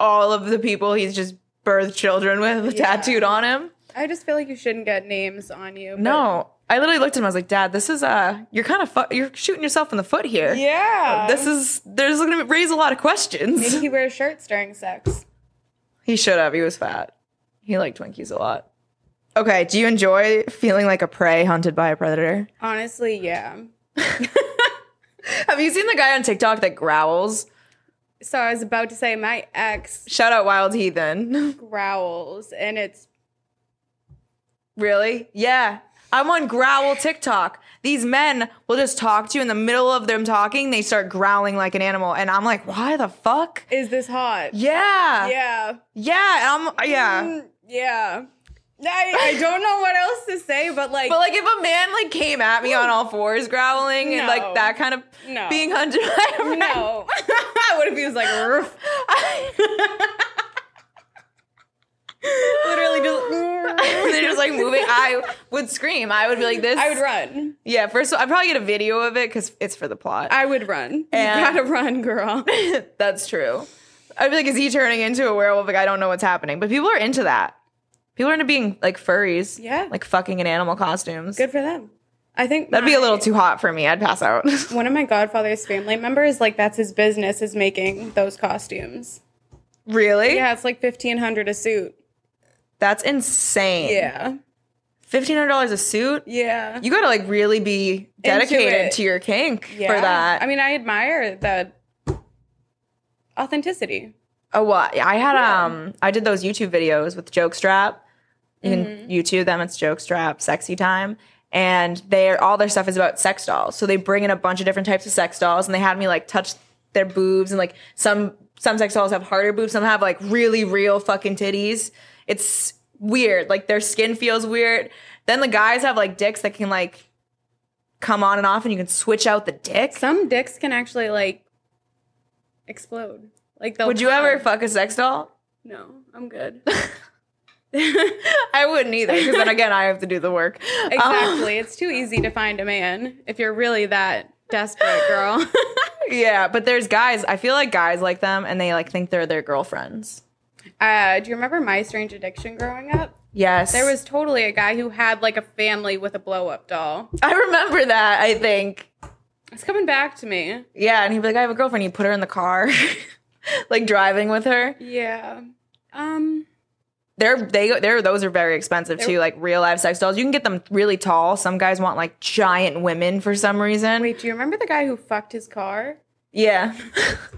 Speaker 3: all of the people he's just birthed children with
Speaker 4: Yeah.
Speaker 3: tattooed on him.
Speaker 4: I just feel like you shouldn't get names on you. but
Speaker 3: No, I literally looked at him. I was like, Dad, this is uh, you're kind of fu- you're shooting yourself in the foot here.
Speaker 4: Yeah.
Speaker 3: This is there's going to raise a lot of questions.
Speaker 4: Maybe he wears shirts during sex.
Speaker 3: He should have. He was fat. He liked Twinkies a lot. Okay. Do you enjoy feeling like a prey hunted by a predator?
Speaker 4: Honestly, yeah.
Speaker 3: Have you seen the guy on TikTok that growls?
Speaker 4: So I was about to say my ex
Speaker 3: Shout out Wild Heathen.
Speaker 4: growls, and it's
Speaker 3: really? Yeah. I'm on growl TikTok. These men will just talk to you in the middle of them talking. They start growling like an animal, and I'm like, why the fuck?
Speaker 4: is this hot?
Speaker 3: Yeah.
Speaker 4: Yeah.
Speaker 3: Yeah. I'm, yeah.
Speaker 4: Mm, yeah. I, I don't know what else to say, but like,
Speaker 3: But like, if a man like came at me on all fours, growling and
Speaker 4: No.
Speaker 3: like that kind of
Speaker 4: No.
Speaker 3: being hunted, by a
Speaker 4: no.
Speaker 3: what if he was like, "Ruff."
Speaker 4: Literally just.
Speaker 3: they're just like moving? I would scream. I would be like this.
Speaker 4: I would run.
Speaker 3: Yeah, first of all, I probably get a video of it because it's for the plot.
Speaker 4: I would run.
Speaker 3: And-
Speaker 4: you gotta run, girl.
Speaker 3: That's true. I'd be like, is he turning into a werewolf? Like, I don't know what's happening. But people are into that. People are into being like furries.
Speaker 4: Yeah.
Speaker 3: Like fucking in animal costumes.
Speaker 4: Good for them. I think
Speaker 3: That'd be a
Speaker 4: my-
Speaker 3: little too hot for me. I'd pass out.
Speaker 4: One of my godfather's family members, like that's his business, is making those costumes.
Speaker 3: really?
Speaker 4: Yeah, it's like fifteen hundred a suit.
Speaker 3: That's insane.
Speaker 4: Yeah,
Speaker 3: $1,500 a suit?
Speaker 4: yeah,
Speaker 3: You gotta like really be dedicated
Speaker 4: it.
Speaker 3: to your kink
Speaker 4: yeah.
Speaker 3: for that.
Speaker 4: I mean, I admire the authenticity.
Speaker 3: Oh, well, I had um, I did those YouTube videos with Jokestrap. You can YouTube them. It's Jokestrap, Sexy Time, and they're all their stuff is about sex dolls. So they bring in a bunch of different types of sex dolls, and they had me like touch their boobs, and like some some sex dolls have harder boobs, some have like really real fucking titties. It's weird. Like their skin feels weird. Then the guys have like dicks that can like come on and off, and you can switch out the dick.
Speaker 4: Some dicks can actually like explode. Like, they'll
Speaker 3: Would you
Speaker 4: pop.
Speaker 3: ever fuck a sex doll?
Speaker 4: No, I'm good.
Speaker 3: I wouldn't either, because then again, I have to do the work. Um,
Speaker 4: exactly. it's too easy to find a man if you're really that desperate, girl.
Speaker 3: yeah, but there's guys. I feel like guys like them, and they like think they're their girlfriends.
Speaker 4: uh, do you remember My Strange Addiction growing up?
Speaker 3: Yes,
Speaker 4: There was totally a guy who had like a family with a blow up doll.
Speaker 3: I remember that. I think.
Speaker 4: It's coming back to me.
Speaker 3: Yeah, and he'd be like, "I have a girlfriend." He put her in the car, like driving with her.
Speaker 4: Yeah. Um.
Speaker 3: They're they they're those are very expensive too. Like real life sex dolls, you can get them really tall. Some guys want like giant women for some reason.
Speaker 4: Wait, do you remember the guy who fucked his car?
Speaker 3: Yeah,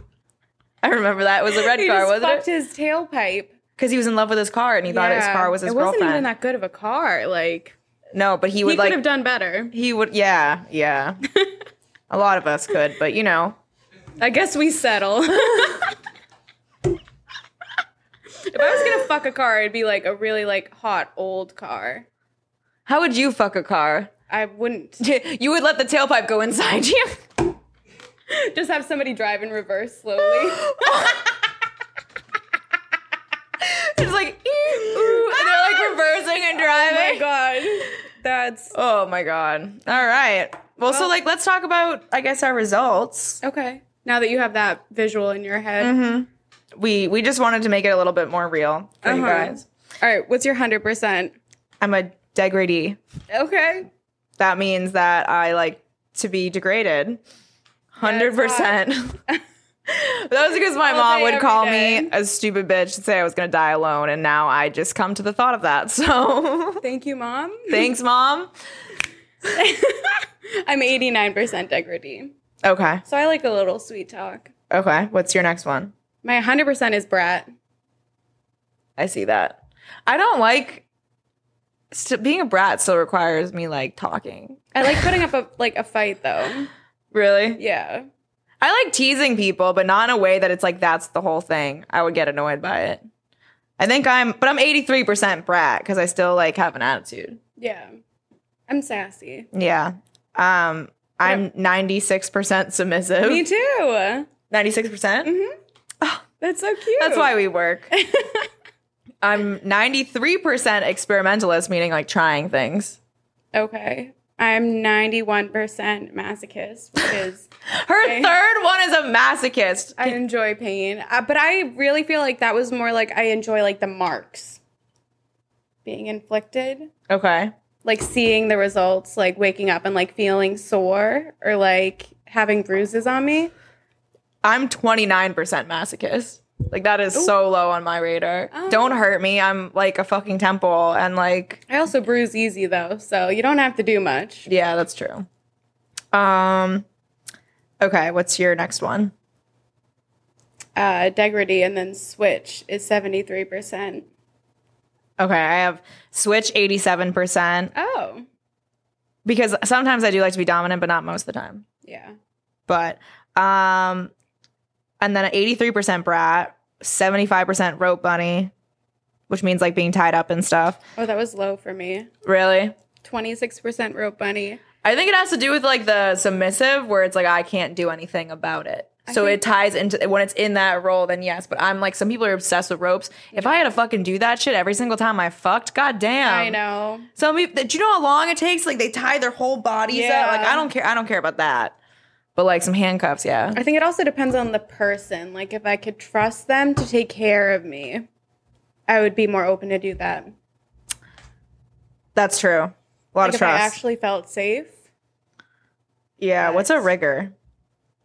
Speaker 3: I remember that. It was a red
Speaker 4: he
Speaker 3: car,
Speaker 4: just
Speaker 3: wasn't
Speaker 4: fucked
Speaker 3: it?
Speaker 4: his tailpipe.
Speaker 3: Because he was in love with his car, and he thought his
Speaker 4: Yeah.
Speaker 3: car was his
Speaker 4: It
Speaker 3: girlfriend.
Speaker 4: wasn't even that good of a car. Like
Speaker 3: no, but he
Speaker 4: he
Speaker 3: would
Speaker 4: could
Speaker 3: like
Speaker 4: have done better.
Speaker 3: He would, yeah, yeah. a lot of us could, but you know,
Speaker 4: I guess we settle. if I was gonna fuck a car, it'd be like a really like hot old car.
Speaker 3: how would you fuck a car?
Speaker 4: I wouldn't
Speaker 3: You would let the tailpipe go inside you.
Speaker 4: just have somebody drive in reverse slowly.
Speaker 3: it's like, "Ee, ooh," and they're like reversing and
Speaker 4: oh my
Speaker 3: driving.
Speaker 4: god, that's
Speaker 3: Oh my god! All right. Well, so like, let's talk about, I guess, our results.
Speaker 4: okay. Now that you have that visual in your head,
Speaker 3: We we just wanted to make it a little bit more real for you
Speaker 4: Uh-huh.
Speaker 3: guys.
Speaker 4: All right, what's your hundred percent?
Speaker 3: I'm a degradee.
Speaker 4: Okay.
Speaker 3: That means that I like to be degraded. Hundred percent. That was because my
Speaker 4: All
Speaker 3: mom
Speaker 4: day,
Speaker 3: would
Speaker 4: every
Speaker 3: call me
Speaker 4: day.
Speaker 3: a stupid bitch and say I was gonna die alone, and now I just come to the thought of that. So
Speaker 4: Thank you, mom.
Speaker 3: thanks, mom.
Speaker 4: I'm 89% degradee.
Speaker 3: Okay,
Speaker 4: So I like a little sweet talk.
Speaker 3: okay. What's your next one?
Speaker 4: My 100% is brat.
Speaker 3: I see that. I don't like st- being a brat. Still requires me like talking.
Speaker 4: I like putting up a like a fight though.
Speaker 3: Really,
Speaker 4: Yeah.
Speaker 3: I like teasing people, but not in a way that it's like that's the whole thing. I would get annoyed by it. I think I'm, but I'm 83% brat because I still like have an attitude.
Speaker 4: Yeah. I'm sassy.
Speaker 3: Yeah. Um, I'm 96% submissive.
Speaker 4: Me too.
Speaker 3: 96%? percent
Speaker 4: That's so cute.
Speaker 3: That's why we work. I'm 93% experimentalist, meaning like trying things.
Speaker 4: Okay. I'm 91% masochist because
Speaker 3: Her third one is a masochist.
Speaker 4: I enjoy pain. Uh, but I really feel like that was more like I enjoy like the marks being inflicted.
Speaker 3: Okay.
Speaker 4: like seeing the results, like waking up and like feeling sore or like having bruises on me.
Speaker 3: I'm 29% masochist. Like that is so low on my radar. Don't hurt me. I'm like a fucking temple and like
Speaker 4: I also bruise easy though, so you don't have to do much.
Speaker 3: yeah, that's true. Um okay, what's your next one?
Speaker 4: Uh, Degrity and then Switch is 73%.
Speaker 3: Okay, I have switch 87%
Speaker 4: Oh,
Speaker 3: because sometimes I do like to be dominant but not most of the time.
Speaker 4: yeah.
Speaker 3: But um and then 83% brat, 75% rope bunny, which means like being tied up and stuff.
Speaker 4: Oh, that was low for me.
Speaker 3: Really?
Speaker 4: 26% rope bunny.
Speaker 3: I think it has to do with like the submissive where it's like I can't do anything about it. So it ties into when it's in that role, then yes. But I'm like, some people are obsessed with ropes. If I had to fucking do that shit every single time I fucked, goddamn.
Speaker 4: I know.
Speaker 3: Some people, do you know how long it takes? Like they tie their whole bodies up. Like
Speaker 4: Yeah.
Speaker 3: I don't care. I don't care about that. But like some handcuffs, yeah.
Speaker 4: I think it also depends on the person. Like, if I could trust them to take care of me, I would be more open to do that.
Speaker 3: That's true. A lot
Speaker 4: Like,
Speaker 3: of
Speaker 4: if I
Speaker 3: trust.
Speaker 4: actually felt safe,
Speaker 3: yeah. What's a
Speaker 4: Yes.
Speaker 3: rigor?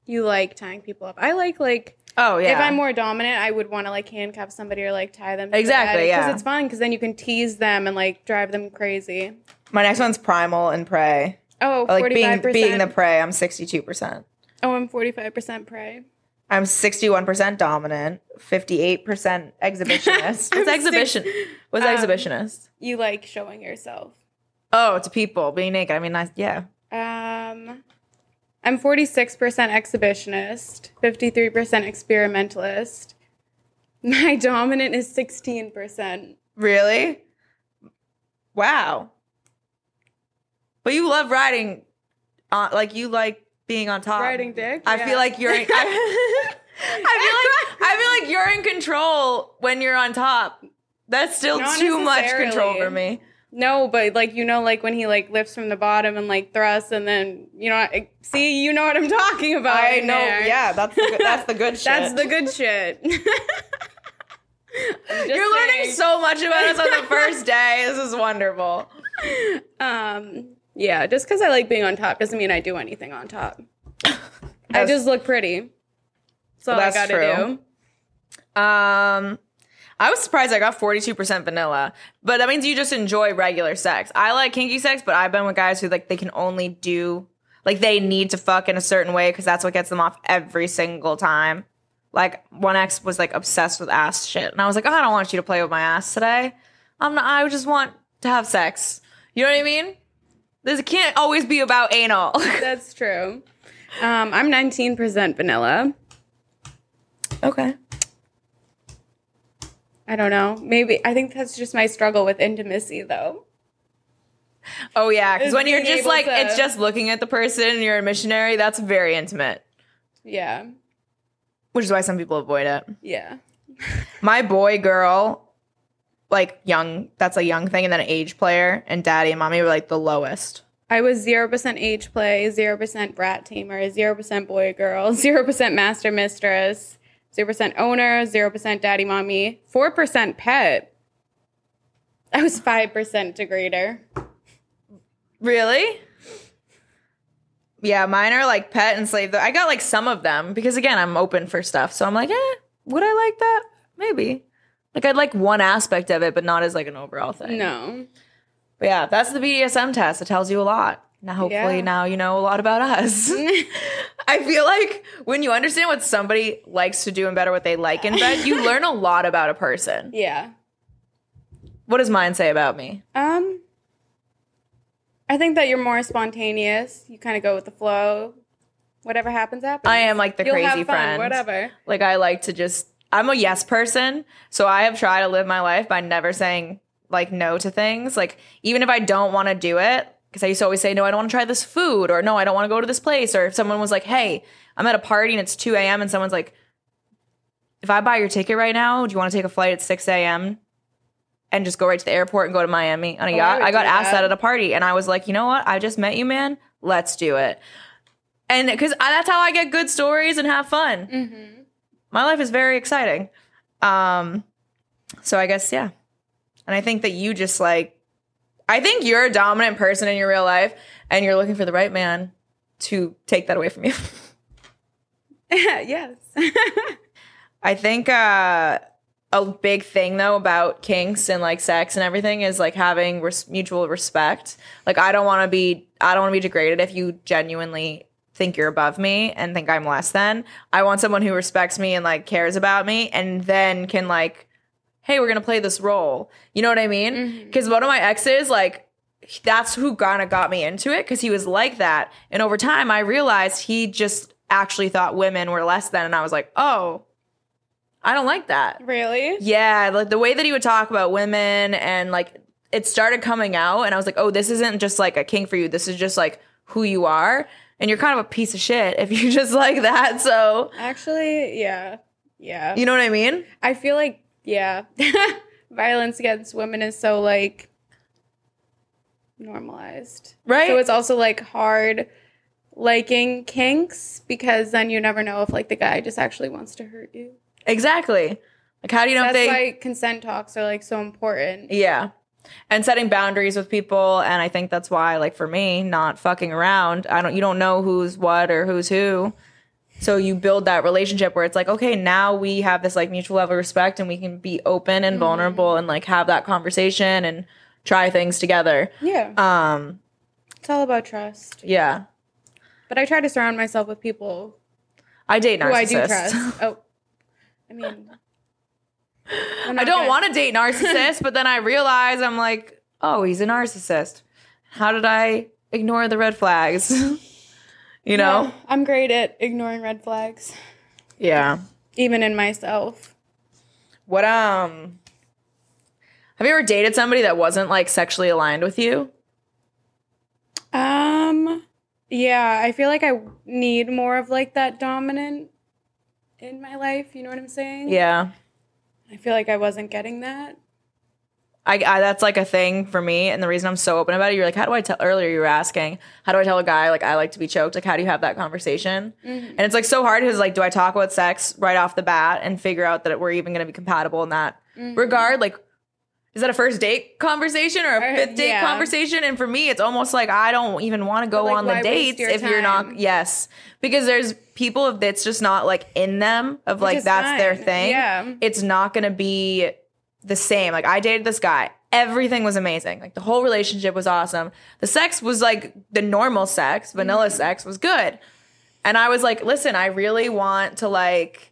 Speaker 4: you like tying people up. I like, like,
Speaker 3: Oh yeah.
Speaker 4: if I'm more dominant, I would want to like handcuff somebody or like tie them. to the
Speaker 3: Exactly,
Speaker 4: bed,
Speaker 3: yeah.
Speaker 4: it's fun because then you can tease them and like drive them crazy.
Speaker 3: My next one's primal and prey.
Speaker 4: Oh,
Speaker 3: Or, like being
Speaker 4: 45%.
Speaker 3: being the prey. I'm 62 percent.
Speaker 4: oh, I'm 45% prey.
Speaker 3: I'm 61% dominant, 58% exhibitionist. um, What's exhibition? What's exhibitionist?
Speaker 4: You like showing yourself.
Speaker 3: Oh, to people being naked. I mean, I, yeah.
Speaker 4: Um, I'm 46% exhibitionist, 53% experimentalist. My dominant is 16%.
Speaker 3: Really? Wow. But you love riding, uh, like you like being on top.
Speaker 4: Riding dick?
Speaker 3: Um, I
Speaker 4: Yeah.
Speaker 3: feel like you're. In, I, I feel like I feel like you're in control when you're on top. That's still
Speaker 4: Not
Speaker 3: too much control
Speaker 4: necessarily.
Speaker 3: for me.
Speaker 4: No, but like you know, like when he like lifts from the bottom and like thrusts, and then you know, I- see, you know what I'm talking about. in there.
Speaker 3: that's the, that's the good shit.
Speaker 4: That's the good shit.
Speaker 3: You're learning so much about us on the first day. This is wonderful.
Speaker 4: Um, yeah, just because I like being on top doesn't mean I do anything on top. I
Speaker 3: That's-
Speaker 4: just look pretty. That's all
Speaker 3: That's
Speaker 4: I gotta
Speaker 3: true.
Speaker 4: do.
Speaker 3: Um, I was surprised I got 42% vanilla, but that means you just enjoy regular sex. I like kinky sex, but I've been with guys who like they can only do like they need to fuck in a certain way because that's what gets them off every single time. Like one ex was like obsessed with ass shit, and I was like, oh, I don't want you to play with my ass today. I'm not. I just want to have sex. You know what I mean? This can't always be about anal.
Speaker 4: That's true. Um, I'm 19% vanilla.
Speaker 3: okay.
Speaker 4: I don't know. Maybe I think that's just my struggle with intimacy, though.
Speaker 3: Oh yeah, because
Speaker 4: Is
Speaker 3: when you're
Speaker 4: being
Speaker 3: just
Speaker 4: able
Speaker 3: like
Speaker 4: to-
Speaker 3: it's just looking at the person and you're a missionary, that's very intimate.
Speaker 4: Yeah,
Speaker 3: Which is why some people avoid it.
Speaker 4: yeah.
Speaker 3: My boy girl, like young that's a young thing, and then an age player and daddy and mommy were like the lowest.
Speaker 4: I was zero percent age play, zero percent brat teamer, zero percent boy girl, zero percent master mistress, zero percent owner, zero percent daddy mommy, four percent pet. I was five percent degrader.
Speaker 3: Really? Yeah, mine are like pet and slave though. I got like some of them because again I'm open for stuff. So I'm like, eh, would I like that? Maybe. Like I'd like one aspect of it, but not as like an overall thing.
Speaker 4: No,
Speaker 3: But yeah, that's the BDSM test. It tells you a lot. Now, hopefully,
Speaker 4: Yeah.
Speaker 3: now you know a lot about us. I feel like when you understand what somebody likes to do and better what they like in bed, you learn a lot about a person.
Speaker 4: yeah.
Speaker 3: What does mine say about me?
Speaker 4: Um, I think that you're more spontaneous. You kind of go with the flow. Whatever happens, happens.
Speaker 3: I am like the
Speaker 4: You'll
Speaker 3: crazy
Speaker 4: have fun,
Speaker 3: friend.
Speaker 4: Whatever.
Speaker 3: Like I like to just I'm a yes person, so I have tried to live my life by never saying like no to things. Like even if I don't want to do it, because I used to always say no, I don't want to try this food, or no, I don't want to go to this place, or if someone was like, hey, I'm at a party and it's 2 a.m. and someone's like, if I buy your ticket right now, do you want to take a flight at 6 a.m. and just go right to the airport and go to Miami on a
Speaker 4: Oh, I
Speaker 3: yacht?
Speaker 4: would
Speaker 3: I, got
Speaker 4: do
Speaker 3: asked
Speaker 4: that.
Speaker 3: that at a party, and I was like, you know what? I just met you, man. Let's do it. And because that's how I get good stories and have fun
Speaker 4: Mm-hmm.
Speaker 3: my life is very exciting. Um, so I guess yeah, and I think that you just like, I think you're a dominant person in your real life and you're looking for the right man to take that away from you.
Speaker 4: yes.
Speaker 3: I think uh, a big thing though about kinks and like sex and everything is like having res- mutual respect. Like I don't want to be I don't want to be degraded if you genuinely think you're above me and think I'm less than. I want someone who respects me and like cares about me and then can like hey, we're going to play this role. You know what I mean? Cuz one of my exes like that's who kind of got me into it because he was like that. And over time, I realized he just actually thought women were less than. And I was like, oh, I don't like that.
Speaker 4: really?
Speaker 3: Yeah, like the way that he would talk about women and like it started coming out. And I was like, oh, this isn't just like a king for you. This is just like who you are. And you're kind of a piece of shit if you just like that. So,
Speaker 4: Actually, yeah. Yeah.
Speaker 3: you know what I mean?
Speaker 4: I feel like, yeah. Violence against women is so like normalized.
Speaker 3: Right.
Speaker 4: So it's also like hard liking kinks because then you never know if like the guy just actually wants to hurt you.
Speaker 3: exactly. Like, how do you know if
Speaker 4: That's
Speaker 3: they.
Speaker 4: why consent talks are like so important.
Speaker 3: Yeah. And setting boundaries with people and I think that's why like for me not fucking around. I don't you don't know who's what or who's who. So you build that relationship where it's like okay, now we have this like mutual level of respect and we can be open and vulnerable and like have that conversation and try things together.
Speaker 4: Yeah.
Speaker 3: Um
Speaker 4: Uh, It's all about trust.
Speaker 3: yeah.
Speaker 4: But I try to surround myself with people
Speaker 3: I date narcissists.
Speaker 4: who I do trust. Oh, I mean, I'm
Speaker 3: I
Speaker 4: not
Speaker 3: don't
Speaker 4: gonna-
Speaker 3: want to date narcissists, but then I realize I'm like, oh, he's a narcissist. How did I ignore the red flags? you know?
Speaker 4: Yeah, I'm great at ignoring red flags,
Speaker 3: yeah.
Speaker 4: even in myself.
Speaker 3: What um have you ever dated somebody that wasn't like sexually aligned with you?
Speaker 4: Um, yeah, I feel like I need more of like that dominant in my life. You know what I'm saying?
Speaker 3: Yeah.
Speaker 4: I feel like I wasn't getting that.
Speaker 3: I, I that's like a thing for me and the reason I'm so open about it you're like how do I tell earlier you were asking how do I tell a guy like I like to be choked like how do you have that conversation
Speaker 4: Mm-hmm.
Speaker 3: and it's like so hard because like do I talk about sex right off the bat and figure out that we're even going to be compatible in that
Speaker 4: Mm-hmm.
Speaker 3: regard like is that a first date conversation or a
Speaker 4: Or-
Speaker 3: fifth date
Speaker 4: yeah.
Speaker 3: conversation and for me it's almost like I don't even want to go
Speaker 4: like,
Speaker 3: on the
Speaker 4: why waste
Speaker 3: dates
Speaker 4: your
Speaker 3: if you're not
Speaker 4: time?
Speaker 3: yes because there's people that's just not like in them of like
Speaker 4: is
Speaker 3: that's their
Speaker 4: fine.
Speaker 3: thing
Speaker 4: Yeah.
Speaker 3: it's not going to be the same. Like I dated this guy. Everything was amazing. Like the whole relationship was awesome. The sex was like the normal sex, vanilla
Speaker 4: Mm-hmm.
Speaker 3: sex was good. And I was like, "Listen, I really want to like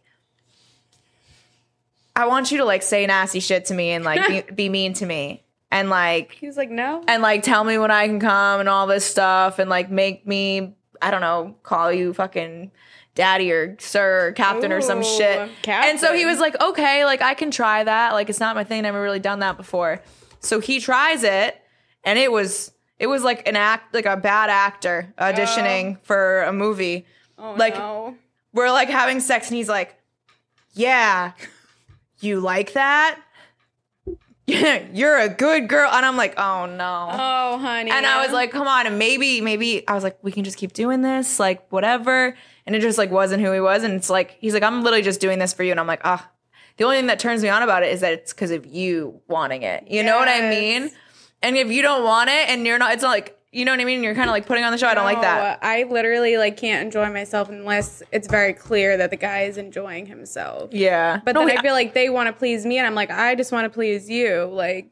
Speaker 3: I want you to like say nasty shit to me and like be, be mean to me and like
Speaker 4: He was like, no.
Speaker 3: and like tell me when I can come and all this stuff and like make me I don't know, call you fucking daddy or sir or captain or some
Speaker 4: Ooh,
Speaker 3: shit. And so he
Speaker 4: captain.
Speaker 3: was like, okay, like I can try that. Like it's not my thing. Never really done that before. So he tries it, and it was it was like an act, like a bad actor auditioning for a movie.
Speaker 4: Oh,
Speaker 3: like-
Speaker 4: no.
Speaker 3: We're like having sex, and he's like, yeah, you like that? Yeah, you're a good girl. And I'm like, oh no.
Speaker 4: Oh, honey.
Speaker 3: And I was like, come on, and maybe, maybe I was like, we can just keep doing this, like whatever. And it just like wasn't who he was. And it's like he's like, I'm literally just doing this for you. And I'm like, ah. The only thing that turns me on about it is that it's because of you wanting it. You know what I
Speaker 4: Yes.
Speaker 3: mean? And if you don't want it and you're not, it's not like, you know what I mean? You're kind of like putting on the show. I don't like that.
Speaker 4: No, I literally like can't enjoy myself unless it's very clear that the guy is enjoying himself.
Speaker 3: Yeah.
Speaker 4: But
Speaker 3: No,
Speaker 4: then
Speaker 3: wait,
Speaker 4: I feel like they want to please me, and I'm like, I just want to please you. Like,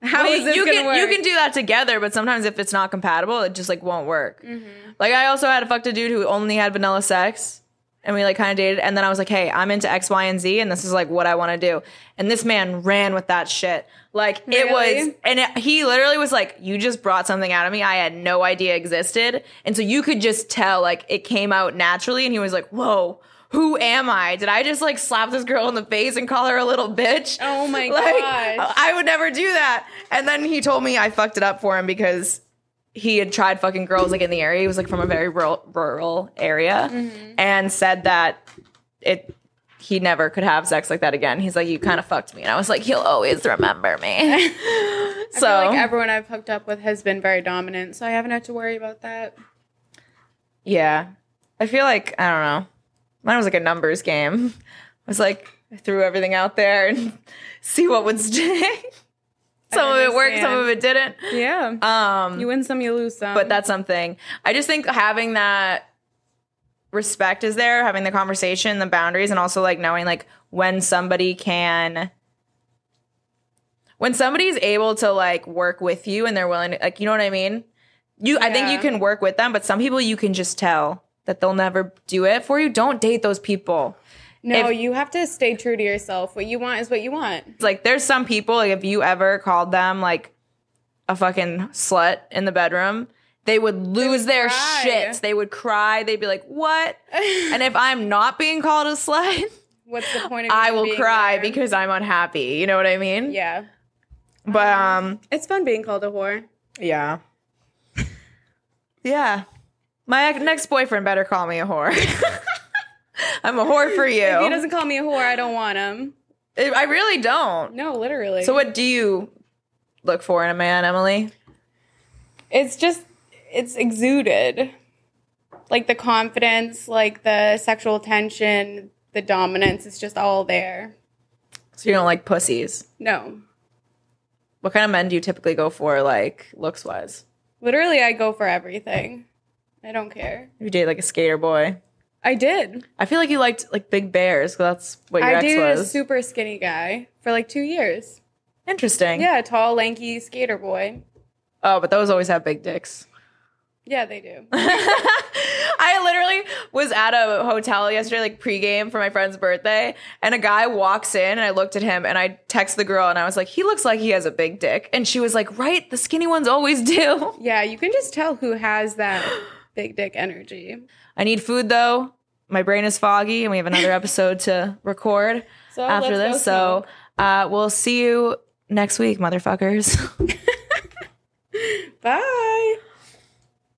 Speaker 4: how is
Speaker 3: Wait,
Speaker 4: this
Speaker 3: you
Speaker 4: gonna
Speaker 3: can
Speaker 4: work?
Speaker 3: you can do that together, but sometimes if it's not compatible, it just like won't work.
Speaker 4: Mm-hmm.
Speaker 3: Like I also had a fucked a dude who only had vanilla sex, and we like kind of dated, and then I was like, hey, I'm into X, Y, and Z, and this is like what I want to do. And this man ran with that shit. Like it was,
Speaker 4: Really?
Speaker 3: and it, he literally was like, you just brought something out of me I had no idea existed, and so you could just tell like it came out naturally, and he was like, whoa. Who am I? Did I just like slap this girl in the face and call her a little bitch?
Speaker 4: Oh my
Speaker 3: like, uh,
Speaker 4: gosh.
Speaker 3: I would never do that. And then he told me I fucked it up for him because he had tried fucking girls like in the area. He was like from a very rural, rural area
Speaker 4: Mm-hmm.
Speaker 3: and said that it he never could have sex like that again. He's like, you kind of fucked me, and I was like, he'll always remember me. so
Speaker 4: I feel like everyone I've hooked up with has been very dominant, so I haven't had to worry about that.
Speaker 3: yeah, I feel like I don't know. Mine was like a numbers game. I was like, I threw everything out there and see what would stick. some of it worked, some
Speaker 4: understand.
Speaker 3: of it didn't.
Speaker 4: Yeah.
Speaker 3: Um,
Speaker 4: you win some, you lose some.
Speaker 3: but that's something. I just think having that respect is there, having the conversation, the boundaries, and also like knowing like when somebody can when somebody's able to like work with you and they're willing to like you know what I mean? You I think
Speaker 4: Yeah.
Speaker 3: you can work with them, but some people you can just tell that they'll never do it for you. Don't date those people.
Speaker 4: no,
Speaker 3: if-
Speaker 4: you have to stay true to yourself. What you want is what you want.
Speaker 3: It's like there's some people like if you ever called them like a fucking slut in the bedroom they would lose their
Speaker 4: cry.
Speaker 3: shit they would cry they'd be like what and if i'm not being called a slut
Speaker 4: What's the point of
Speaker 3: i
Speaker 4: even
Speaker 3: will
Speaker 4: being
Speaker 3: cry
Speaker 4: there?
Speaker 3: because i'm unhappy you know what i mean
Speaker 4: Yeah.
Speaker 3: but um
Speaker 4: It's fun being called a whore.
Speaker 3: yeah yeah my ex- next boyfriend better call me a whore i'm a whore for you
Speaker 4: If he doesn't call me a whore, I don't want him.
Speaker 3: i really don't
Speaker 4: No, literally.
Speaker 3: so what do you look for in a man emily
Speaker 4: it's just it's exuded like the confidence like the sexual tension the dominance it's just all there
Speaker 3: so you don't like pussies
Speaker 4: no
Speaker 3: What kind of men do you typically go for, like looks wise?
Speaker 4: literally i go for everything i don't care
Speaker 3: If you date like a skater boy,
Speaker 4: i did
Speaker 3: I feel like you liked like big bears. 'cause that's what your
Speaker 4: i
Speaker 3: ex
Speaker 4: dated a
Speaker 3: was.
Speaker 4: super skinny guy for like two years
Speaker 3: Interesting.
Speaker 4: yeah tall lanky skater boy
Speaker 3: Oh, but those always have big dicks.
Speaker 4: yeah they do
Speaker 3: I literally was at a hotel yesterday, like pregame for my friend's birthday, and a guy walks in, and I looked at him, and I text the girl, and I was like, "He looks like he has a big dick," and she was like, "Right, the skinny ones always do."
Speaker 4: yeah you can just tell who has that big dick energy
Speaker 3: I need food though. My brain is foggy, and we have another episode to record.
Speaker 4: so
Speaker 3: after
Speaker 4: let's
Speaker 3: this.
Speaker 4: go
Speaker 3: So uh, we'll see you next week, motherfuckers.
Speaker 4: smoke. bye